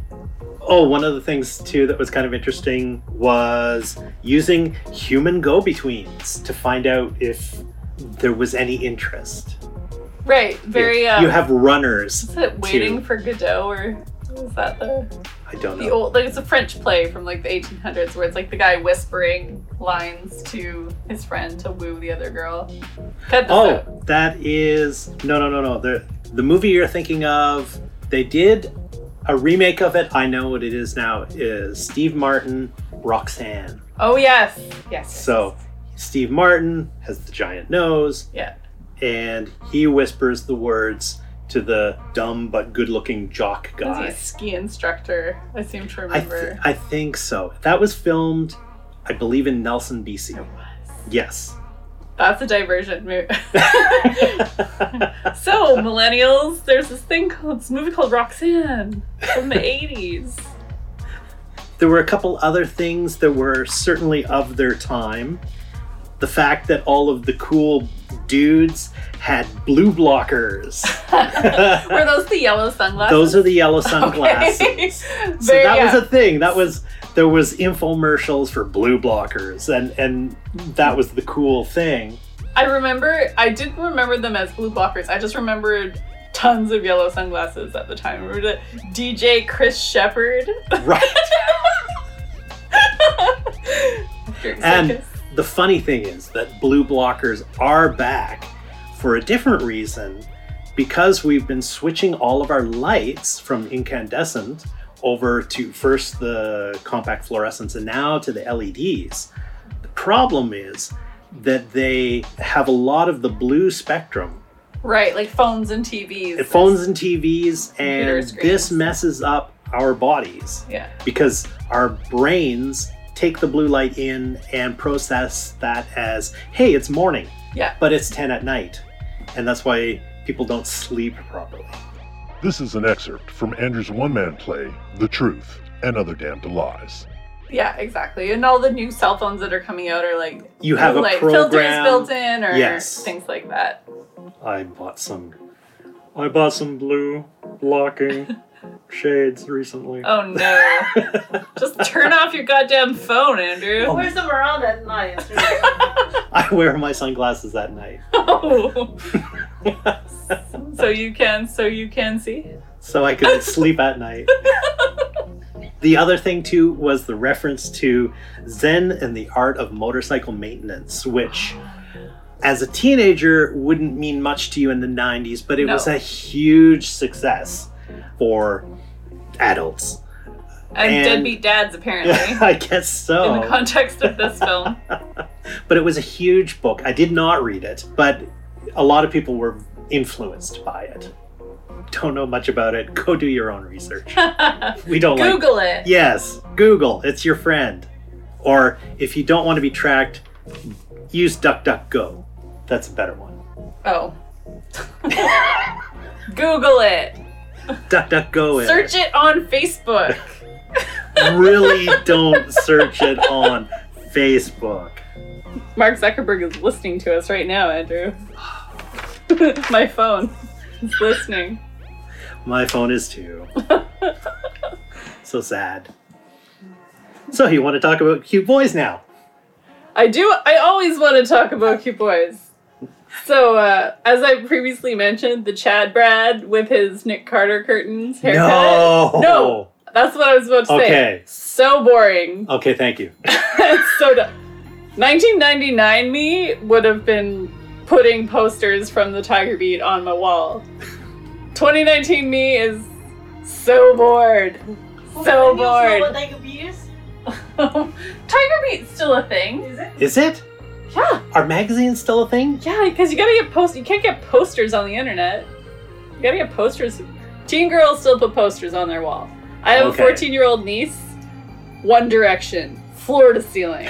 Oh, one of the things too that was kind of interesting was using human go betweens to find out if there was any interest.
right. Very.
you,
Um,
you have runners.
Is it waiting
to-
for Godot or is that the?
I don't
The
know.
old, like, it's a French play from like the 1800s where it's like the guy whispering lines to his friend to woo the other girl. Cut this out.
Oh, that is no, no, no, no. The the movie you're thinking of, they did a remake of it. I know what it is now. Is Steve Martin, Roxanne.
Oh yes, yes.
So Steve Martin has the giant nose.
Yeah.
And he whispers the words to the dumb but good-looking jock
Was he a
guy.
ski instructor? I seem to
I, th-
remember.
I think so. That was filmed, I believe, in Nelson,
It
BC.
was.
Yes.
That's a diversion move. so millennials, there's this thing called this movie called Roxanne from the 80s.
There were a couple other things that were certainly of their time. The fact that all of the cool dudes had blue blockers.
Were those the yellow sunglasses?
Those are the yellow
Okay.
sunglasses. So
Very-
that
yeah.
was a thing. That was there was infomercials for blue blockers and and that was the cool thing.
I remember, I didn't remember them as blue blockers. I just remembered tons of yellow sunglasses at the time. I remember the DJ Chris Shepard.
Right.
During
And-
circus.
The funny thing is that blue blockers are back for a different reason because we've been switching all of our lights from incandescent over to first the compact fluorescents and now to the LEDs. The problem is that they have a lot of the blue spectrum.
right, like phones and TVs.
It phones and TVs
Computer
and
screens.
this messes up our bodies
Yeah.
because our brains take the blue light in and process that as hey it's morning
Yeah.
but it's 10 at night and that's why people don't sleep properly
This is an excerpt from Andrew's one man play, The Truth and Other Damned Lies.
Yeah, exactly. And all the new cell phones that are coming out are like
you have a
like filters
program
built in or
Yes.
things like that.
i bought some i bought some blue blocking shades recently
Oh no. Just turn off your goddamn phone, Andrew.
Wear some around at night.
i wear my sunglasses at night Oh.
so you can so you can see.
so I could sleep at night. The other thing too was the reference to Zen and the art of motorcycle maintenance, which as a teenager wouldn't mean much to you in the 90s, but it
No.
was a huge success for adults.
And,
And- Oh.
deadbeat dads apparently.
I guess so.
In the context of this film.
but it was a huge book. I did not read it, but a lot of people were influenced by it. Don't know much about it. Go do your own research. We don't like
Google it.
Yes, Google. It's your friend. Or if you don't want to be tracked, use DuckDuckGo. That's a better one.
Oh. Google it.
DuckDuckGo is.
Search it on Facebook.
really don't search it on Facebook.
Mark Zuckerberg is listening to us right now, Andrew. My phone is listening.
My phone is too. so sad. So you want to talk about cute boys now?
I do. I always want to talk about cute boys. So, uh, as I previously mentioned, the Chad Brad with his Nick Carter curtains haircut.
No.
No. That's what I was about to
Okay.
say. So boring.
Okay, thank you.
It's so dumb. 1999 me would have been putting posters from the Tiger Beat on my wall. 2019 me is so bored. So bored.
What like beers?
Tiger Beat's still a thing.
Is it?
Is it?
Yeah.
Are magazines still a thing?
Yeah, because you gotta get post. You can't get posters on the internet. You gotta get posters. Teen girls still put posters on their wall. I have
Okay.
a 14 year old niece. One Direction, floor to ceiling.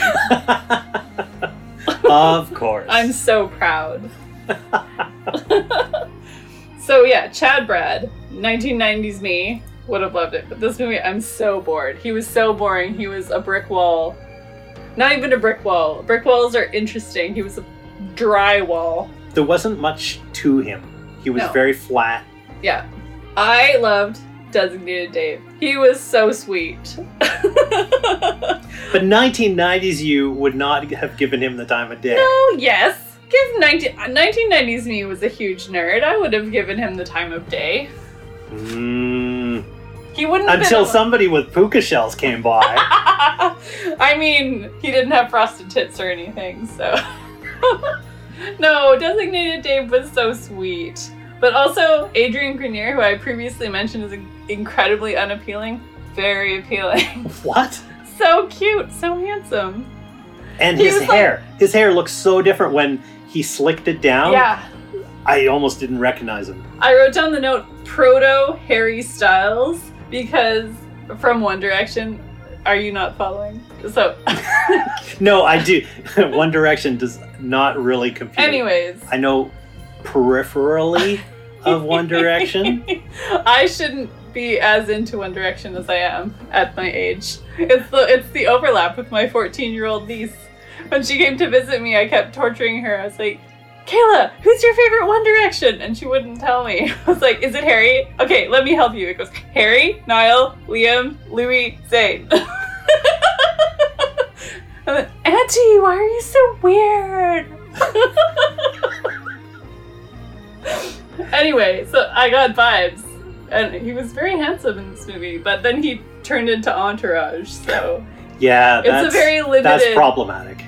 of course.
I'm so proud. so yeah, Chad Brad, 1990s me would have loved it, but this movie, I'm so bored. He was so boring. He was a brick wall. Not even a brick wall. Brick walls are interesting. He was a dry wall.
there wasn't much to him. He was
No.
very flat.
Yeah. I loved Designated Dave. He was so sweet.
But 1990s you would not have given him the time of day.
Oh, yes. Give 19, 1990s me was a huge nerd. I would have given him the time of day.
Mm,
He wouldn't have been
Until
able-
somebody with puka shells came by.
I mean, he didn't have frosted tits or anything, so. no, designated Dave was so sweet. But also, Adrian Grenier, who I previously mentioned is incredibly unappealing, very appealing.
what?
so cute, so handsome.
And
He
his
was like-
hair. his hair looks so different when he slicked it down.
yeah.
I almost didn't recognize him.
I wrote down the note proto Harry Styles because from One Direction, are you not following? So,
No, I do. One Direction does not really compute.
anyways.
I know peripherally of One Direction.
I shouldn't be as into One Direction as I am at my age. It's the it's the overlap with my 14 year old niece. When she came to visit me, I kept torturing her. I was like, Kayla, who's your favorite One Direction? And she wouldn't tell me. I was like, Is it Harry? Okay, let me help you. It goes Harry, Niall, Liam, Louis, Zayn. And then, Auntie, why are you so weird? anyway, so I got vibes, and he was very handsome in this movie. But then he turned into Entourage, so
Yeah, that's
it's a very limited,
that's problematic.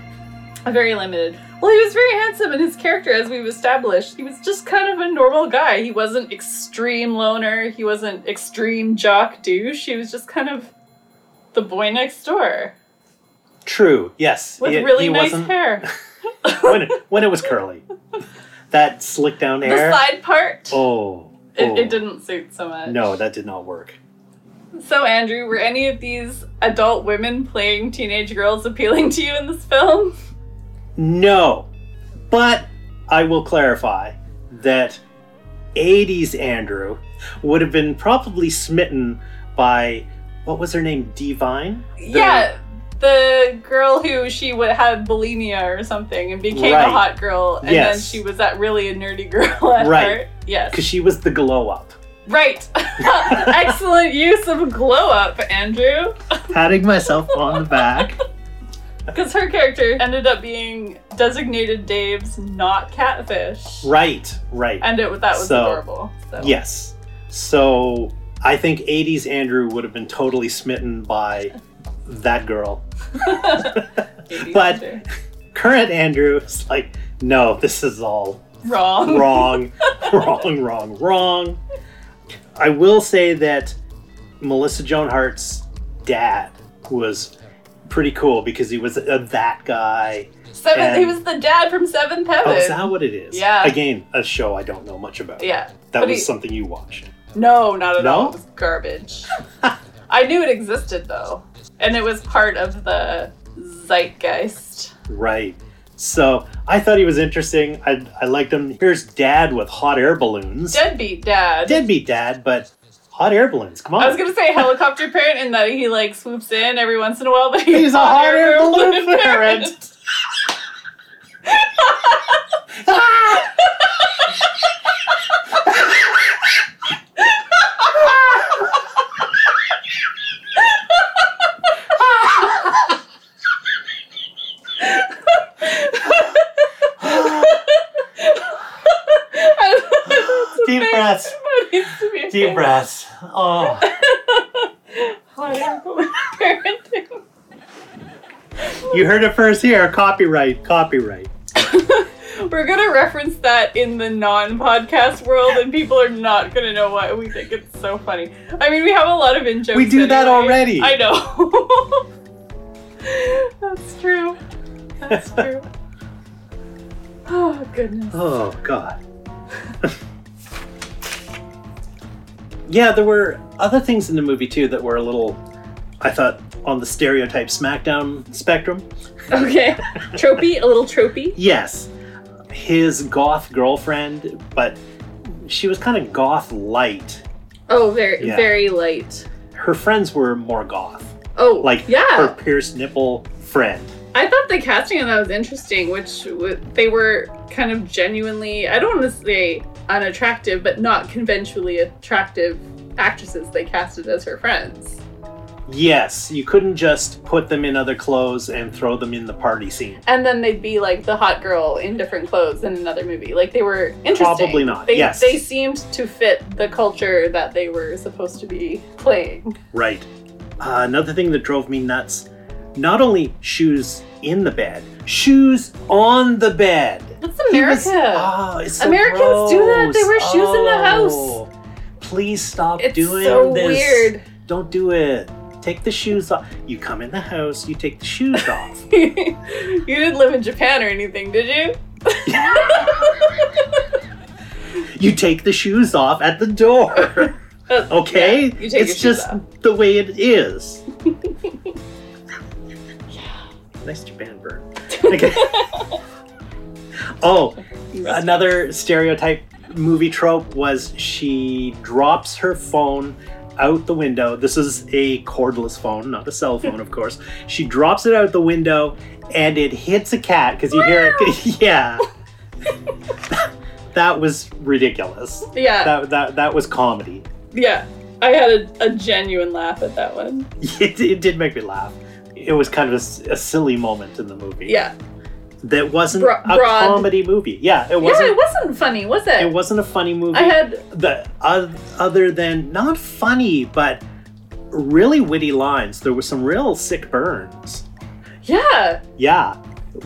a very limited. Well, he was very handsome, and his character, as we've established, he was just kind of a normal guy. He wasn't extreme loner. He wasn't extreme jock douche. He was just kind of the boy next door
True. Yes.
with
it-
really
he
nice
wasn't-
hair.
when it, when it was curly, that slick down hair.
The side part,
oh, oh.
it, it didn't suit so much.
No, that did not work.
So, Andrew, were any of these adult women playing teenage girls appealing to you in this film?
No, but I will clarify that 80s Andrew would have been probably smitten by what was her name, Divine.
yeah, the girl who she w- had bulimia or something and became
Right.
a hot girl, and
Yes.
then she was that really a nerdy girl at
Right.
heart. Yes.
because she was the glow up.
Right. Excellent use of glow up, Andrew.
Patting myself on the back.
Because her character ended up being designated Dave's not catfish.
Right, right.
And it that was
So,
adorable. So.
Yes. So I think 80s Andrew would have been totally smitten by that girl.
Baby
But-
Andrew.
Current Andrew is like, no, this is all
wrong.
wrong, wrong, wrong, wrong. I will say that Melissa Joan Hart's dad was pretty cool because he was a, that guy.
Seventh, he
And-
was the dad from Seventh Heaven.
Oh, is that what it is?
Yeah.
Again, a show I don't know much about.
Yeah.
That
but
was
he-
something you watched.
No, not at
No?
all. It was garbage. I knew it existed though, and it was part of the zeitgeist.
Right. So I thought he was interesting. I, I liked him. Here's dad with hot air balloons.
Deadbeat dad.
Deadbeat dad, but hot air balloons. Come on.
I was gonna say helicopter parent, in that he like swoops in every once in a while, but he's,
He's a
not
hot air
ever
balloon
balloon
parent. Deep breaths. Deep breaths. Oh.
Hot air balloon parenting.
You heard it first here. Copyright, copyright.
We're gonna reference that in the non-podcast world, and people are not gonna know why we think it's so funny. I mean, we have a lot of in jokes.
We do that
anyway.
already.
I know. That's true. That's true. Oh goodness.
Oh, God. yeah, there were other things in the movie, too, that were a little, I thought, on the stereotype SmackDown spectrum.
Okay. Tropey, a little tropey.
Yes, his goth girlfriend, but she was kind of goth light.
Oh, very,
Yeah.
very light.
Her friends were more goth,
Oh,
like
yeah.
her pierced nipple friend.
I thought the casting on that was interesting, which w- they were kind of genuinely, I don't want to say unattractive, but not conventionally attractive actresses they casted as her friends.
Yes, you couldn't just put them in other clothes and throw them in the party scene.
And then they'd be like the hot girl in different clothes in another movie. Like they were interesting.
Probably not,
They,
yes.
they seemed to fit the culture that they were supposed to be playing.
Right. Uh, another thing that drove me nuts not only shoes in the bed, shoes on the bed.
That's
He
America.
was- oh, it's so
Americans do that. They wear
gross.
shoes in the
Oh. Please stop
it's
doing
so
this.
weird.
Don't do it. Take the shoes off. You come in the house, you take the shoes off.
you didn't live in Japan or anything, did you?
You take the shoes off at the door. Oh, Okay?
Yeah, you take
it's
your shoes
just
off.
the way it is. nice Japan burn. Okay. oh, another stereotype movie trope was she drops her phone out the window. This is a cordless phone, not a cell phone, of course. She drops it out the window and it hits a cat because you hear it. Yeah. that was ridiculous.
Yeah,
That, that, that was comedy.
yeah. I had a, a genuine laugh at that one.
It, it did make me laugh. It was kind of a s- a, silly moment in the movie.
Yeah.
That wasn't
Bro-
a
broad.
comedy movie. Yeah, it
yeah, it
wasn't.
wasn't funny, was it?
it wasn't a funny movie.
I had
the uh, other than not funny but really witty lines there were some real sick burns
yeah,
yeah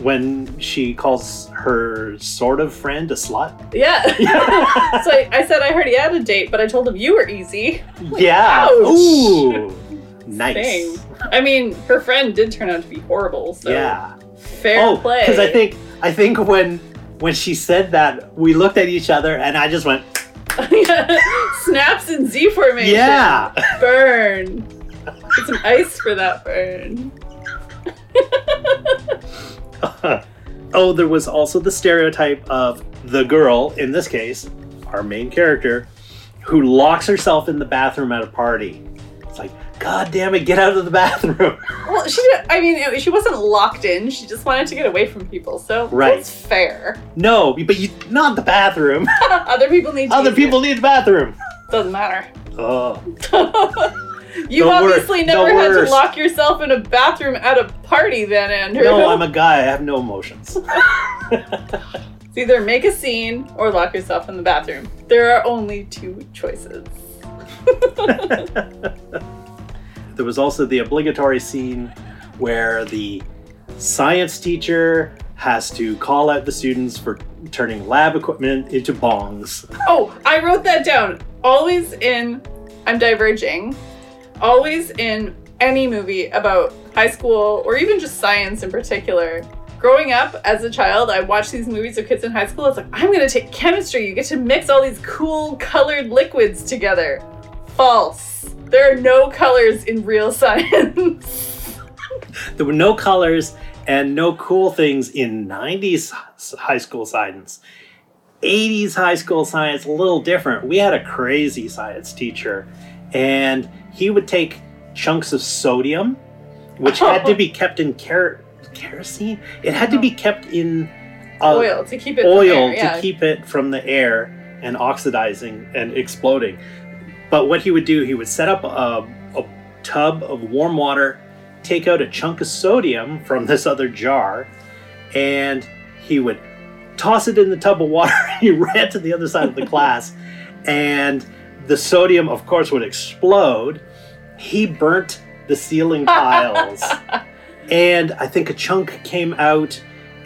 when she calls her sort of friend a slut
yeah.
yeah
so I, I said I already had a date, but I told him you were easy. Ouch.
ooh nice
Dang. I mean, her friend did turn out to be horrible. So
yeah
Fair play.
because Oh, i think i think when when she said that we looked at each other and i just went
snaps in Z formation.
yeah
Burn. Get some ice for that burn.
oh, there was also the stereotype of the girl, in this case, our main character, who locks herself in the bathroom at a party. It's like, God damn it, get out of the bathroom.
Well, she did. I mean, it, she wasn't locked in. She just wanted to get away from people. So
Right.
that's fair.
no, but you not the bathroom.
Other people need. To
Other
use it.
people need the bathroom.
doesn't matter.
Oh.
you
The wor-
obviously
the
never had to
worst.
lock yourself in a bathroom at a party, then, Andrew.
No, I'm a guy, I have no emotions.
It's either make a scene or lock yourself in the bathroom. There are only two choices.
There was also the obligatory scene where the science teacher has to call out the students for turning lab equipment into bongs.
Oh, I wrote that down. Always in, I'm diverging. Always in any movie about high school or even just science in particular. Growing up as a child, I watched these movies of kids in high school. It's like, I'm gonna take chemistry. You get to mix all these cool colored liquids together. False. There are no colors in real science.
There were no colors and no cool things in 90s s- high school science. 80s high school science, a little different. We had a crazy science teacher, and he would take chunks of sodium, which had to be kept in ker- kerosene. It had to be kept in uh,
oil to keep it. from
oil
there, yeah.
to keep it from the air and oxidizing and exploding. But what he would do, he would set up a, a tub of warm water, take out a chunk of sodium from this other jar, and he would toss it in the tub of water. he ran to the other side of the class, and the sodium, of course, would explode. He burnt the ceiling tiles. and I think a chunk came out,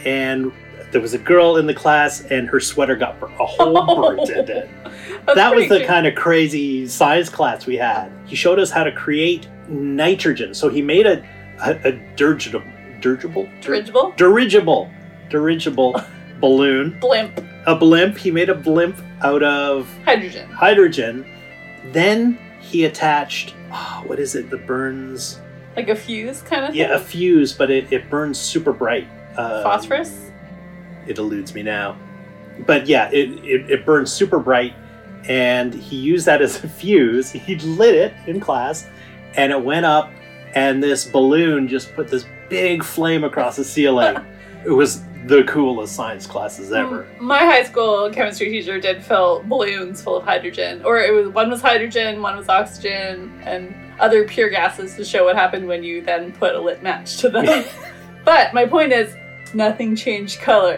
and there was a girl in the class, and her sweater got bur- a hole burnt in it.
Oh, That's
that was
pretty
the
cute.
kind of crazy science class we had. He showed us how to create nitrogen. So he made a a, a dirigible, dirigible,
dirigible
dirigible, dirigible balloon,
blimp
a blimp. He made a blimp out of
hydrogen.
hydrogen. Then he attached ah, what is it? The burns.
like a fuse kind of
Yeah, a
thing?
fuse, but it, it burns super bright. Uh,
phosphorus
It eludes me now. But yeah, it, it, it burns super bright, and he used that as a fuse. He lit it in class, and it went up, and this balloon just put this big flame across the ceiling. it was the coolest science classes ever.
Mm, My high school chemistry teacher did fill balloons full of hydrogen, or it was one was hydrogen, one was oxygen, and other pure gases to show what happened when you then put a lit match to them. but my point is, nothing changed color.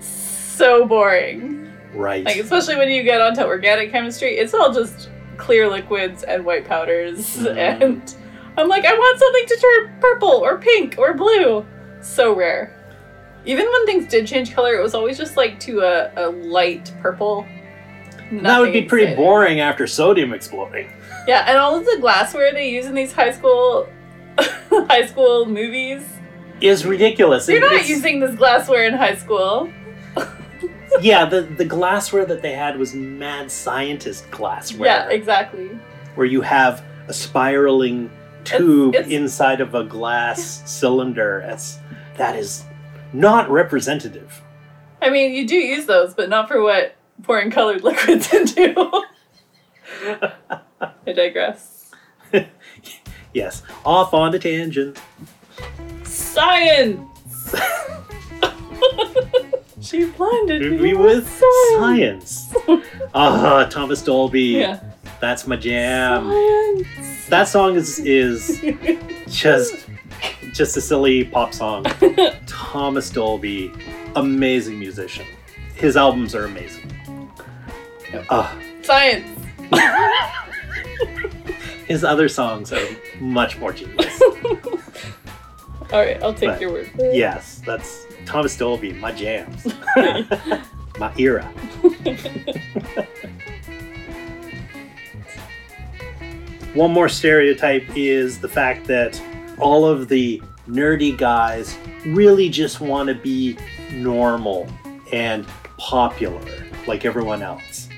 so boring.
Right.
Like especially when you get onto organic chemistry, it's all just clear liquids and white powders
Mhm.
and I'm like, I want something to turn purple or pink or blue. So rare. Even when things did change color, it was always just like to a, a light purple.
that would be
Nothing
pretty
exciting.
boring after sodium exploding.
Yeah, and all of the glassware they use in these high school high school movies.
Is ridiculous.
You're
It-
not
it's-
using this glassware in high school.
yeah, the, the glassware that they had was mad scientist glassware.
Yeah, exactly.
where you have a spiraling tube
it's-
inside of a glass cylinder. That's, that is not representative.
I mean, you do use those, but not for what pouring colored liquids into. I digress.
Yes, off on a tangent.
Science! she blinded me
We with
science.
science. Ah, Thomas Dolby.
Yeah.
That's my jam.
Science.
That song is is just just a silly pop song. Thomas Dolby, amazing musician. His albums are amazing. Ah,
Science.
his other songs are much more genius.
All right, I'll take
Right.
your word.
Yes, that's Thomas Dolby, my jams. my era. One more stereotype is the fact that all of the nerdy guys really just want to be normal and popular like everyone else.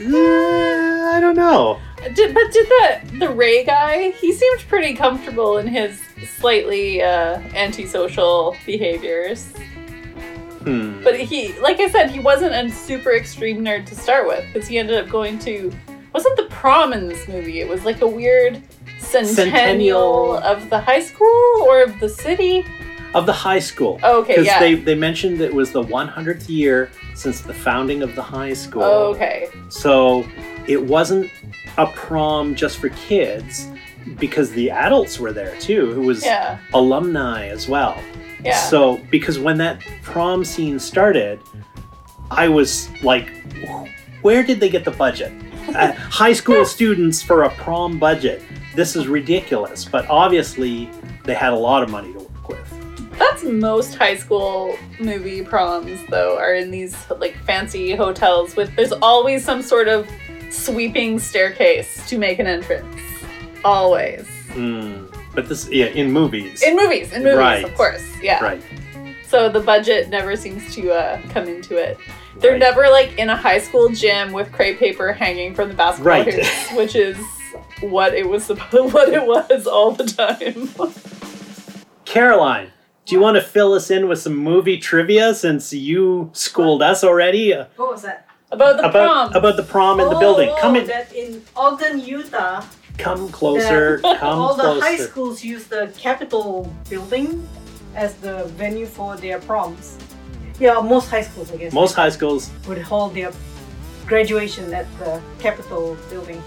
Uh, I don't know.
Did, but did the the Ray guy? He seemed pretty comfortable in his slightly uh, antisocial behaviors.
Hmm.
But he, like I said, he wasn't a super extreme nerd to start with because he ended up going to wasn't the prom in this movie. It was like a weird
Centennial.
centennial, of the high school or of the city.
Of the high school.
Oh, okay,
Because
yeah.
they, they mentioned it was the 100th year since the founding of the high school.
Oh, okay.
So it wasn't a prom just for kids because the adults were there too, who was
Yeah.
alumni as well.
Yeah.
So because when that prom scene started, I was like, where did they get the budget? Uh, high school students for a prom budget. This is ridiculous. But obviously, they had a lot of money to work with.
That's most high school movie proms, though, are in these like fancy hotels with there's always some sort of sweeping staircase to make an entrance. Always.
Hmm. But this, yeah, in movies.
In movies, in movies,
Right.
of course. Yeah.
right.
So the budget never seems to uh, come into it. They're
right.
never like in a high school gym with crepe paper hanging from the basketball
Right.
hoops, which is what it was supposed what it was all the time.
Caroline, do you want to fill us in with some movie trivia since you schooled us already uh,
What was that?
About the
about
prom.
about the prom in the
Oh,
building? Come in,
That in Ogden, Utah,
come closer, come
all
closer.
the high schools use the Capitol building as the venue for their proms. Yeah, most high schools, I guess,
Most high schools.
would hold their graduation at the Capitol building.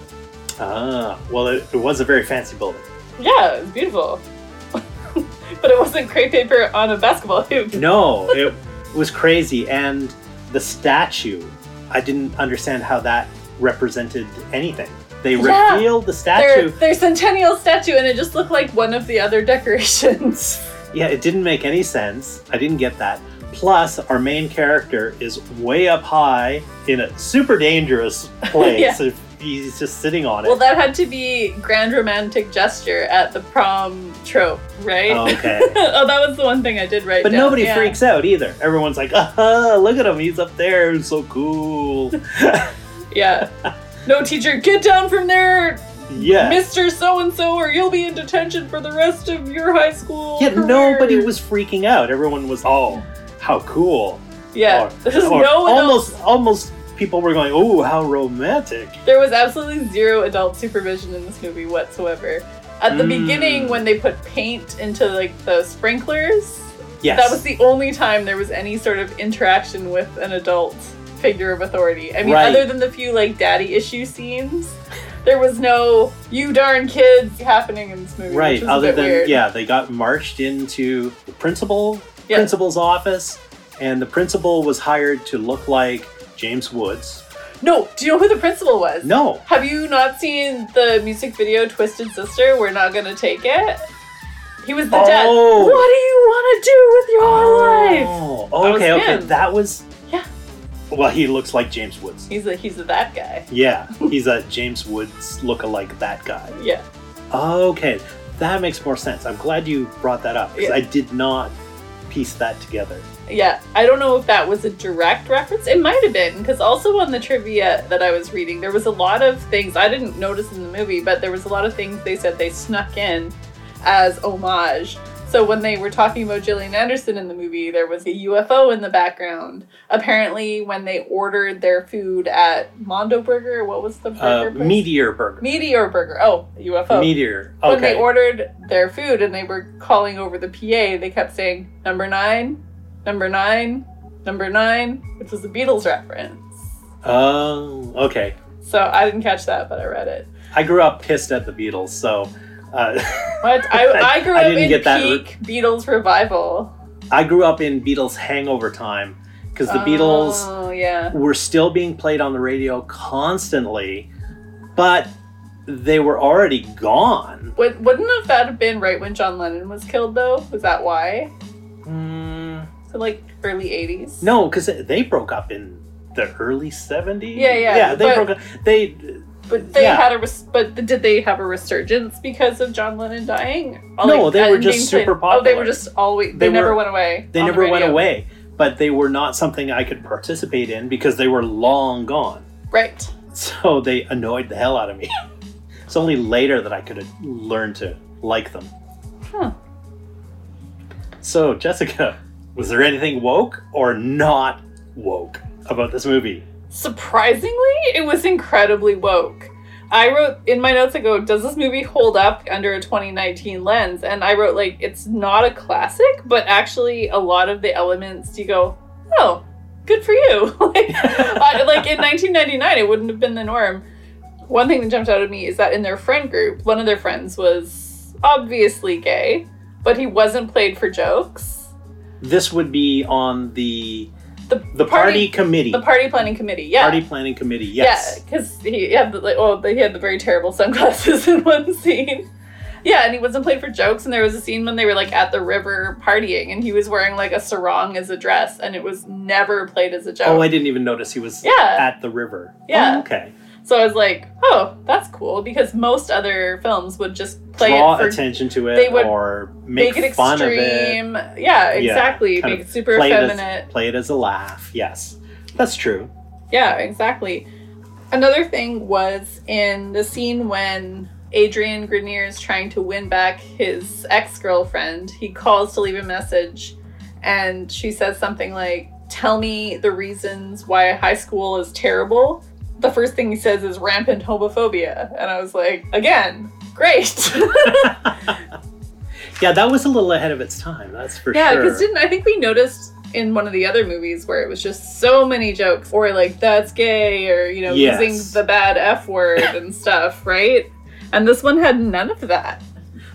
Ah, well, it, it was a very fancy building.
yeah, it was beautiful. but it wasn't crepe paper on a basketball hoop.
No, it was crazy, and the statue. I didn't understand how that represented anything. They
Yeah.
revealed the
Their,
statue.
their centennial statue, and it just looked like one of the other decorations.
Yeah, it didn't make any sense. I didn't get that. Plus, our main character is way up high in a super dangerous place. if He's just sitting on it.
Well, that had to be grand romantic gesture at the prom trope, right?
Oh, okay.
oh, that was the one thing I did right.
But nobody freaks out either. Everyone's like, "Ah, look at him! He's up there. He's so cool."
Yeah. No teacher, get down from there,
Yeah.
Mr. So and so, or you'll be in detention for the rest of your high school.
Yet
career.
nobody was freaking out. Everyone was, "Oh, how cool!"
Yeah,
Or-
this is
or
no adult.
almost, almost people were going, "Oh, how romantic."
There was absolutely zero adult supervision in this movie whatsoever. At the
Mm.
beginning, when they put paint into like the sprinklers,
Yes.
that was the only time there was any sort of interaction with an adult figure of authority. I mean,
Right.
other than the few like daddy issue scenes, there was no "you darn kids" happening in this movie,
right.
Which was
Other
a bit
than
weird.
yeah, they got marched into the principal
Yeah.
principal's office, and the principal was hired to look like James Woods.
No, do you know who the principal was?
No,
Have you not seen the music video "Twisted Sister"? We're not gonna take it. He was the dad.
Oh.
What do you want to do with your life?
Oh, okay,
That was
okay.
him.
That was.
Yeah.
Well, he looks like James Woods.
He's a he's a that guy.
Yeah, he's a James Woods lookalike. That guy.
Yeah.
Okay, that makes more sense. I'm glad you brought that up because
Yeah.
I did not piece that together.
Yeah, I don't know if that was a direct reference. It might have been, because also on the trivia that I was reading, there was a lot of things I didn't notice in the movie, but there was a lot of things they said they snuck in as homage. So when they were talking about Gillian Anderson in the movie, there was a UFO in the background. Apparently, when they ordered their food at Mondo Burger, what was the burger?
Uh,
place?
meteor burger.
Meteor Burger. Oh, UFO.
Meteor.
When they
Okay.
ordered their food and they were calling over the PA, they kept saying number nine, number nine, number nine, which was a Beatles reference.
Oh, okay.
So I didn't catch that, but I read it.
I grew up pissed at the Beatles, so uh,
But I, I grew
I
up
didn't
in
get that
peak Beatles revival.
I grew up in Beatles hangover time because the Beatles
Oh yeah.
were still being played on the radio constantly, but they were already gone.
Would, wouldn't have that have been right when John Lennon was killed though? Was that why?
Mm,
So like early '80s.
no, because they broke up in the early 70s.
Yeah, yeah,
Yeah, they
but-
broke up. They,
But they
Yeah.
had a res- but did they have a resurgence because of John Lennon dying? Or,
No, they
and
were just
being
super
Oh, they were
popular.
just always. They,
They
never
were-
went away.
they
on the
never went
radio.
away, but they were not something I could participate in because they were long gone.
Right.
So they annoyed the hell out of me. it's only later that I could learn to like them.
Huh.
So, Jessica, was there anything woke or not woke about this movie?
Surprisingly, it was incredibly woke. I wrote in my notes. I go, "Does this movie hold up under a 2019 lens?" And I wrote like, "It's not a classic, but actually, a lot of the elements you go, oh, good for you." like, I- like in 1999, it wouldn't have been the norm. One thing that jumped out at me is that in their friend group, one of their friends was obviously gay, but he wasn't played for jokes.
This would be on the
The
the party, committee,
the party planning committee, yeah,
party planning committee. Yes.
Yeah, because he had the like, oh, he had the very terrible sunglasses in one scene. Yeah, and he wasn't played for jokes. And there was a scene when they were like at the river partying, and he was wearing like a sarong as a dress, and it was never played as a joke.
Oh, I didn't even notice he was
yeah.
at the river.
Yeah.
Oh, okay.
So I was like, oh, that's cool, because most other films would just play
Draw
it for
attention to it
they would
or
make,
make,
it
fun of it.
extreme. Yeah, exactly.
kind
make
of
it super
play it as-
effeminate.
Play it as a laugh. Yes. That's true.
Yeah, exactly. Another thing was in the scene when Adrian Grenier is trying to win back his ex girlfriend, he calls to leave a message and she says something like, Tell me the reasons why high school is terrible. The first thing he says is rampant homophobia. And I was like, Again, great.
Yeah, that was a little ahead of its time. That's for
yeah,
sure.
because didn't I think we noticed in one of the other movies where it was just so many jokes or like that's gay or you know
Yes.
using the bad f word and stuff, right? And this one had none of that.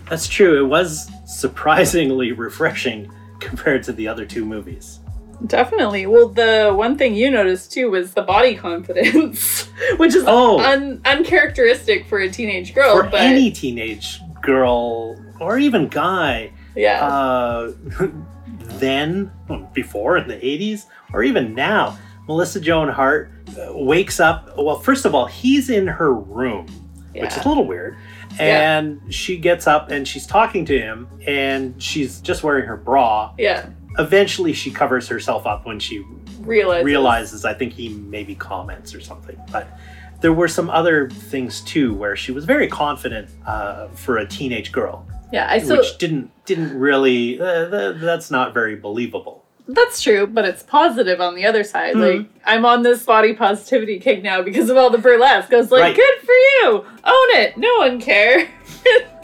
That's true. It was surprisingly refreshing compared to the other two movies.
Definitely. Well, the one thing you noticed too was the body confidence, which is
Oh.
un- uncharacteristic for a teenage girl.
For
but
any teenage girl or even guy,
yeah,
uh, then, before in the 80s, or even now, Melissa Joan Hart uh, wakes up. Well, first of all, he's in her room.
yeah.
which is a little weird.
Yeah.
And she gets up and she's talking to him, and she's just wearing her bra.
yeah,
Eventually, she covers herself up when she
realize
realizes, I think he maybe comments or something. But there were some other things too where she was very confident uh, for a teenage girl,
Yeah, I so
which didn't didn't really. Uh, th- that's not very believable.
That's true, but it's positive on the other side.
Mhm.
Like I'm on this body positivity kick now because of all the burlesque. I was like,
Right.
good for you. Own it. No one cares.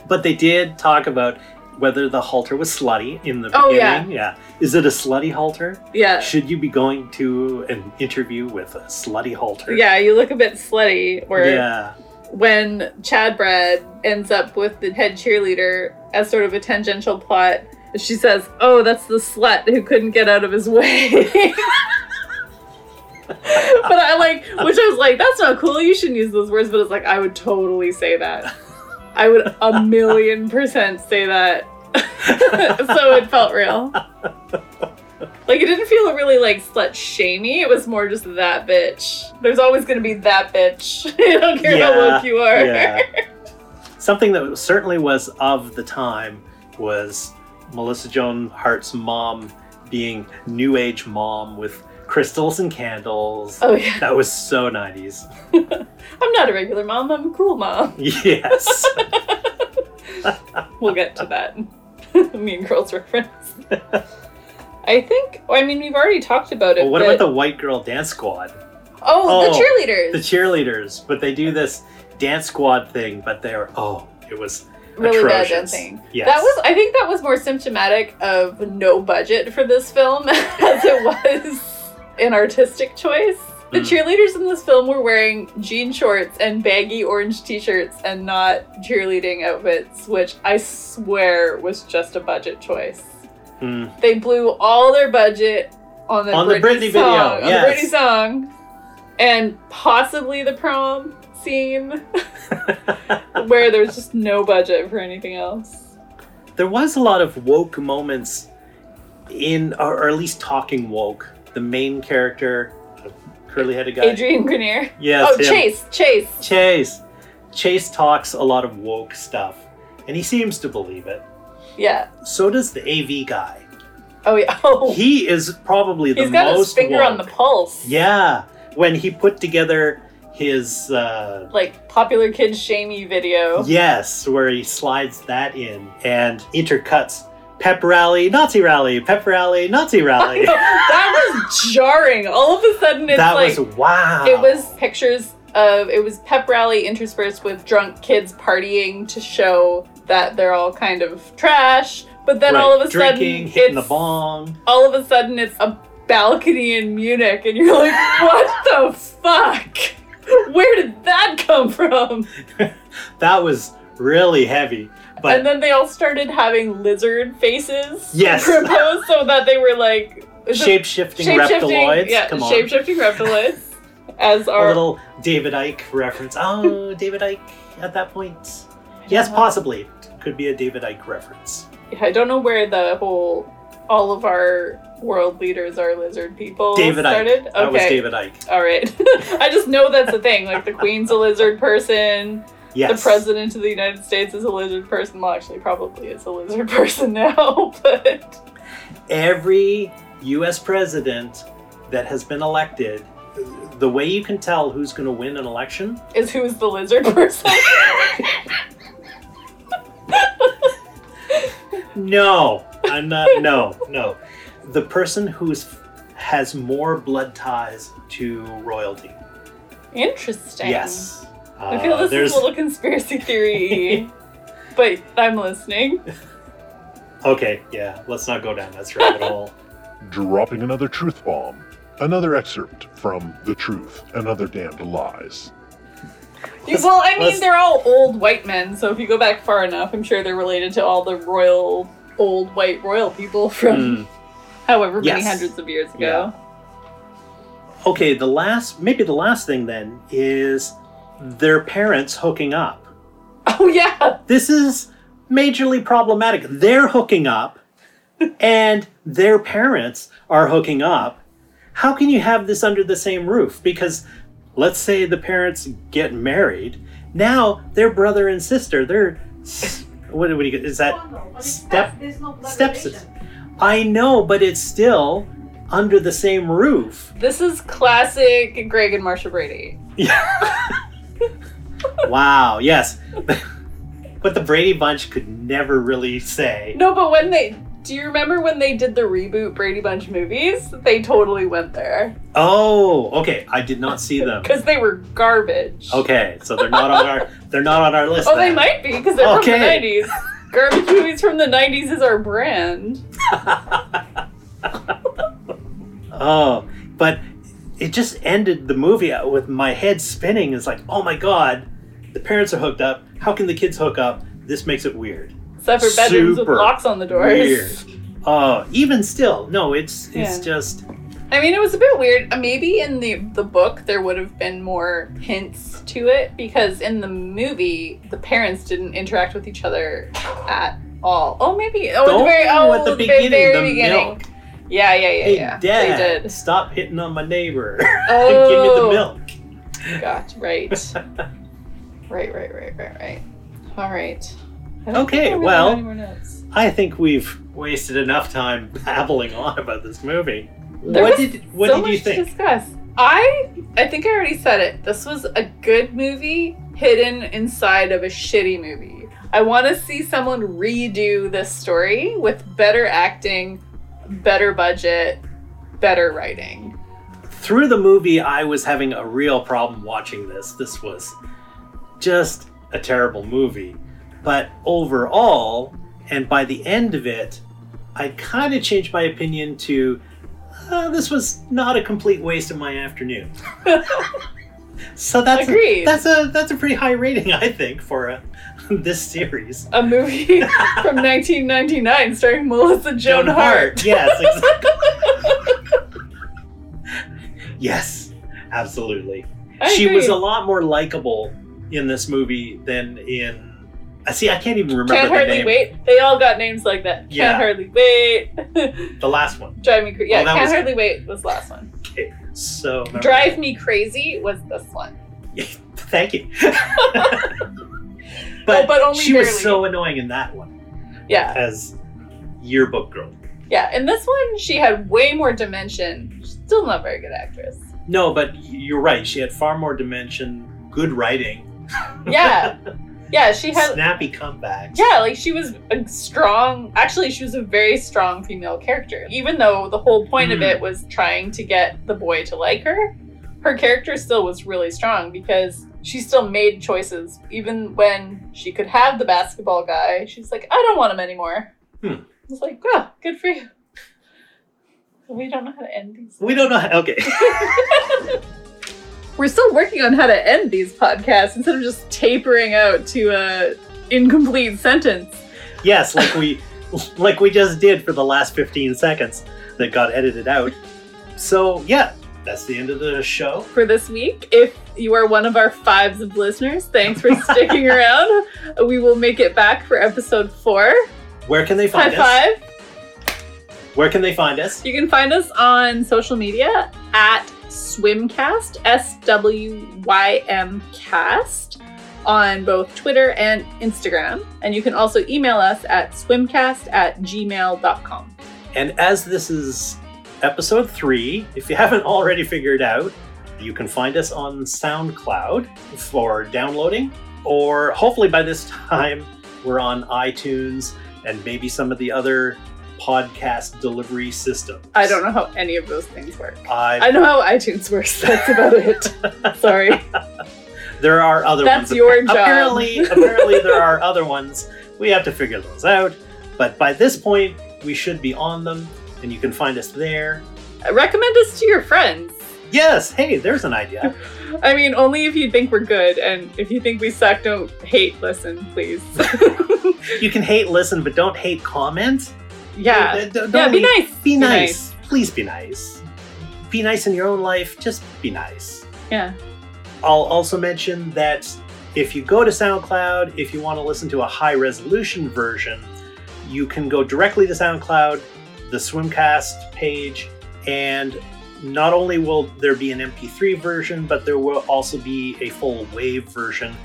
But they did talk about whether the halter was slutty in the
Oh, yeah.
beginning. Yeah. Is it a slutty halter?
Yeah.
Should you be going to an interview with a slutty halter?
Yeah, you look a bit slutty. Where
Yeah.
when Chadbrad ends up with the head cheerleader as sort of a tangential plot, she says, "Oh, that's the slut who couldn't get out of his way." but I like, which I was like, "That's not cool. You shouldn't use those words." But it's like, I would totally say that. I would a million percent say that. so it felt real. Like it didn't feel really like slut shamey. It was more just that bitch. There's always gonna be that bitch. I don't care how
Yeah,
woke you are.
Yeah. Something that certainly was of the time was Melissa Joan Hart's mom being new age mom with crystals and candles.
Oh yeah.
That was so 90s.
I'm not a regular mom. I'm a cool mom.
Yes.
We'll get to that. mean Girls reference. I think. I mean, we've already talked about it.
well, what
but-
about the white girl dance squad?
Oh, the
Oh,
cheerleaders.
The cheerleaders, but they do this dance squad thing, but they're, oh, it was
really
atrocious.
bad dancing.
Yes.
That was, I think, that was more symptomatic of no budget for this film as it was an artistic choice. The
Mm.
cheerleaders in this film were wearing jean shorts and baggy orange t-shirts and not cheerleading outfits, which I swear was just a budget choice.
Mm.
They blew all their budget on the
On the
Britney,
Britney video,
song, on the
yes.
Britney song, and possibly the prom scene, where there's just no budget for anything else.
there was a lot of woke moments in or, or at least talking woke the main character curly headed guy
Adrian Grenier.
yes
oh,
him.
Chase, Chase.
chase chase talks a lot of woke stuff and he seems to believe it
Yeah.
so does the av guy
Oh yeah. Oh,
he is probably the
he's got
most
his finger
woke.
on the pulse.
yeah when he put together his uh
Like popular kid shamey video.
Yes, where he slides that in and intercuts pep rally, Nazi rally, pep rally, Nazi rally.
that was jarring. All of a sudden, it's
that
like
was wow.
It was pictures of it was pep rally interspersed with drunk kids partying to show that they're all kind of trash. But then
Right,
all of a sudden,
drinking, hitting
it's
the bong.
all of a sudden it's a balcony in Munich, and you're like, what the fuck? Where did that come from?
That was really heavy. But
and then they all started having lizard faces.
Yes.
proposed so that they were like is it
shape shifting
shape-shifting-
reptiloids.
Yeah,
Come on.
shape shifting reptiloids. As
A
our
little David Icke reference. Oh, David Icke at that point.
don't
Yes,
know.
possibly. Could be a David Icke reference.
I don't know where the whole all of our world leaders are lizard people
David Icke.
started.
That was
Okay.
David Icke.
All right. I just know that's the thing. Like the queen's a lizard person,
Yes.
the president of the United States is a lizard person. Well, actually probably is a lizard person now, but
every US president that has been elected, the way you can tell who's going to win an election,
is who's the lizard person?
no, I'm not, no, no. The person who's has more blood ties to royalty.
Interesting.
Yes. Uh,
I feel this
there's
is a little conspiracy theory. but I'm listening.
okay, yeah. Let's not go down that rabbit hole.
Dropping another truth bomb. Another excerpt from The Truth and Other Damned Lies.
You- well, I mean,
Let's-
they're all old white men, so if you go back far enough, I'm sure they're related to all the royal, old white royal people from
Hmm.
however many
Yes.
hundreds of years ago.
Okay, the last, maybe the last thing then is their parents hooking up.
Oh, yeah!
this is majorly problematic. They're hooking up, and their parents are hooking up. How can you have this under the same roof? Because let's say the parents get married. Now they're brother and sister. They're s- what, what do you is that? step- steps- I know, but it's still under the same roof.
This is classic Greg and Marsha Brady.
Wow. Yes. But the Brady Bunch could never really say.
No, but when they Do you remember when they did the reboot Brady Bunch movies? They totally went there
Oh, okay. I did not see them.
because they were garbage.
Okay, so they're not on our they're not on our list.
Oh, they
then.
might be because they're
Okay.
from the 90s. Garbage movies from the 90s is our brand.
Oh, but it just ended the movie with my head spinning. It's like, oh my god, the parents are hooked up. How can the kids hook up? This makes it weird.
Except for bedrooms
Super
with locks on the doors.
Weird. Oh, even still, no, it's it's
Yeah.
just
I mean, it was a bit weird. Uh, Maybe in the the book there would have been more hints to it because in the movie the parents didn't interact with each other at all. Oh, maybe oh at
Don't
the very
know
oh
at the
ve-
beginning,
very
the
beginning.
milk.
Yeah, yeah, yeah,
hey,
yeah.
dad,
They did.
stop hitting on my neighbor. Give me the
Oh.
milk.
Got right. right, right, right, right, right. All right. I don't think
Okay,
I really
well-
have any more notes.
I think we've wasted enough time babbling on about this movie.
There
what
was
did what
so
did you
much
think?
To discuss. I I think I already said it. This was a good movie hidden inside of a shitty movie. I want to see someone redo this story with better acting, better budget, better writing.
Through the movie, I was having a real problem watching this. This was just a terrible movie. But overall, and by the end of it, I kind of changed my opinion to uh, this was not a complete waste of my afternoon. so that's a,
Agreed.
that's a that's a pretty high rating, I think, for a, this series.
A movie from 1999 starring Melissa Joan Hart.
Yes, exactly. yes, absolutely.
I
she was a
agree.
lot more likable in this movie than in. I see. I can't even remember
Can't
the
hardly
name.
wait. They all got names like that. Can't
Yeah.
hardly wait.
The last one.
Drive me crazy. Yeah,
Oh, that
can't
was-
hardly wait was the last one.
Okay, so remember-
Drive me crazy was this one.
Thank you. but,
Oh, but only
she was
barely.
so annoying in that one
Yeah,
as yearbook girl.
yeah. In this one, she had way more dimension. She's Still not a very good actress.
No, but you're right. She had far more dimension, good writing,
Yeah, yeah. She had.
snappy comebacks.
Yeah, like she was a strong. Actually, she was a very strong female character. Even though the whole point of
Mm.
it was trying to get the boy to like her, her character still was really strong because she still made choices. Even when she could have the basketball guy, she's like, "I don't want him anymore."
Hmm.
It's like, oh, good for you. We don't know how to end these.
We don't know. How, okay.
We're still working on how to end these podcasts instead of just tapering out to a incomplete sentence.
Yes, like we like we just did for the last 15 seconds that got edited out. So, yeah, that's the end of the show.
for this week. If you are one of our fives of listeners, thanks for sticking around. We will make it back for episode four.
Where can they
High
find us?
five.
Where can they find us?
You can find us on social media at Swimcast, S W Y M Cast, on both Twitter and Instagram. And you can also email us at swimcast at gmail.com.
And as this is episode 3, if you haven't already figured out, you can find us on SoundCloud for downloading or hopefully by this time we're on iTunes and maybe some of the other podcast delivery systems.
I don't know how any of those things work.
I,
I know how iTunes works. That's about it. Sorry.
There are other ones.
That's your job.
Apparently, apparently there are other ones. We have to figure those out. But by this point, we should be on them, and you can find us there.
Recommend us to your friends.
Yes, hey, there's an idea.
I mean, only if you think we're good, and if you think we suck, don't hate. Listen, please.
You can hate listen, but don't hate comment.
yeah,
D- d- don't
yeah. Be
be-
nice.
Be nice. Please be nice. Be nice in your own life. Just be nice.
Yeah.
I'll also mention that if you go to SoundCloud, if you want to listen to a high resolution version, you can go directly to SoundCloud, the Swimcast page, and not only will there be an MP3 version, but there will also be a full wave version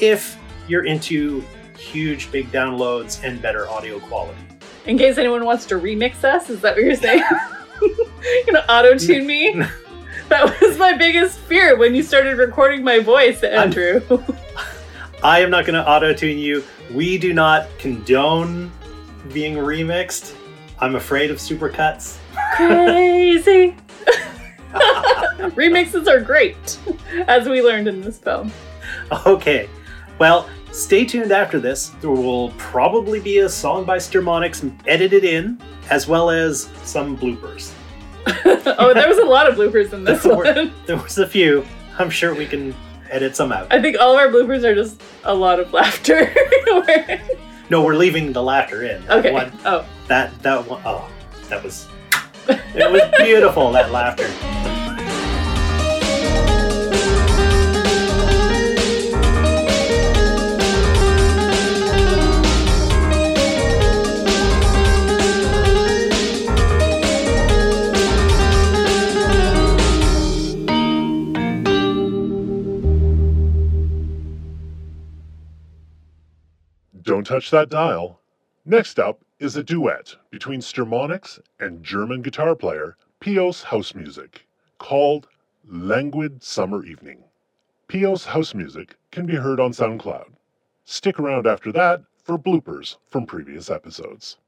if you're into huge, big downloads and better audio quality.
In case anyone wants to remix us, is that what you're saying? you're gonna auto tune me? That was my biggest fear when you started recording my voice, Andrew.
I am not going to auto tune you. We do not condone being remixed. I'm afraid of supercuts.
Crazy.
Remixes are great, as we learned in this film.
Okay. Well, stay tuned after this. There will probably be a song by Stermonics edited in, as well as some bloopers.
oh, there was a lot of bloopers in this
There were-
one.
There was a few. I'm sure we can edit some out.
I think all of our bloopers are just a lot of laughter. We're-
No, we're leaving the laughter in. That
okay.
One,
Oh.
that that one oh, that was it was beautiful that laughter.
Don't touch that dial. Next up is a duet between Stermonics and German guitar player Pios House Music called Languid Summer Evening. Pios House Music can be heard on SoundCloud. Stick around after that for bloopers from previous episodes.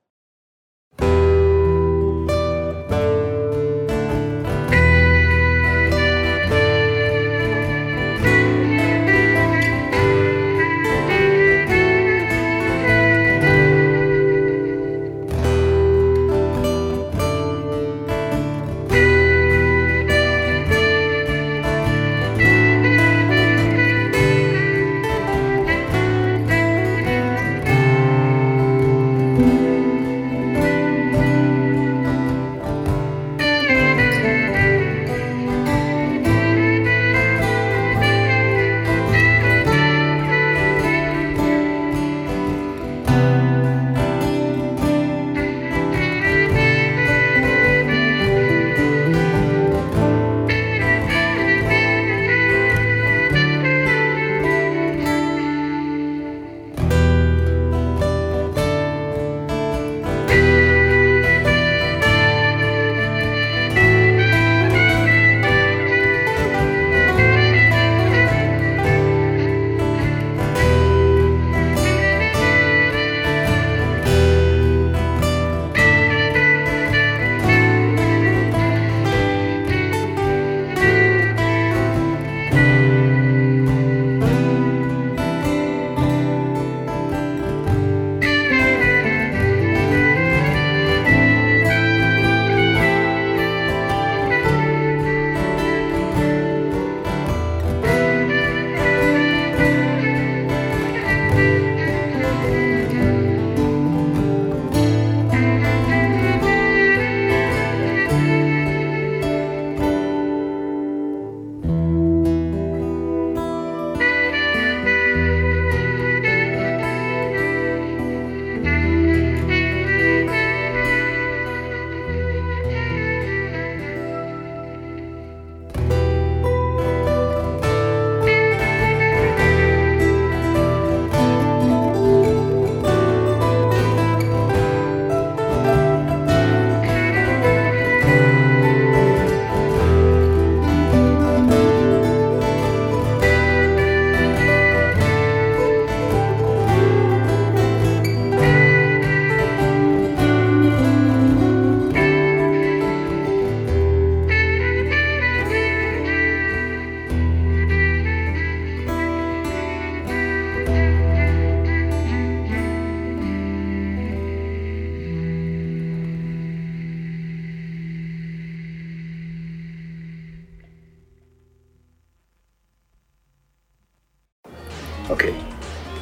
Okay.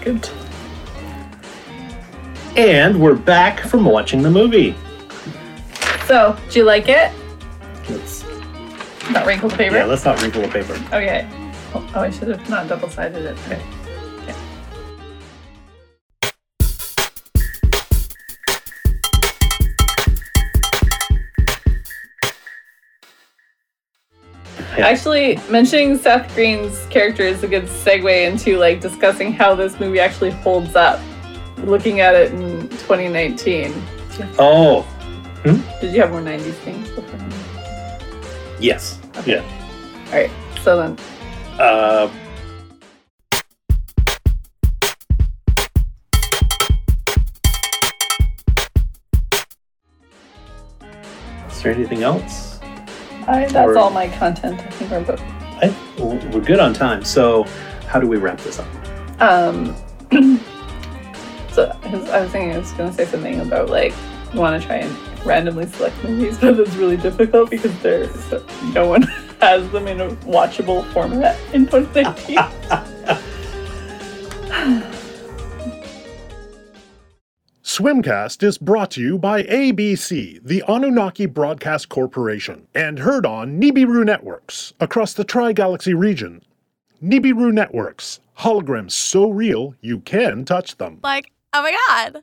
Good.
And we're back from watching the movie.
So, do you like it?
Let's,
Not wrinkled paper?
yeah, let's not wrinkle the paper.
Okay. Oh, oh, I should have not double sided it. Okay.
Yeah.
Actually, mentioning Seth Green's character is a good segue into like discussing how this movie actually holds up. Looking at it in 2019,
Oh,
did you have more 90s things? Before?
yes. Yeah.
All right, so then
Uh, Is there anything else?
I, that's all my content. I think we're booked.
I, we're good on time. So, how do we wrap this up?
Um, so 'cause I was thinking I was gonna say something about like you want to try and randomly select movies, but it's really difficult because there's no one has them in a watchable format in 2019.
Swimcast is brought to you by ABC, the Anunnaki Broadcast Corporation, and heard on Nibiru Networks across the Tri Galaxy region. Nibiru Networks, holograms so real you can touch them.
Like, oh my god.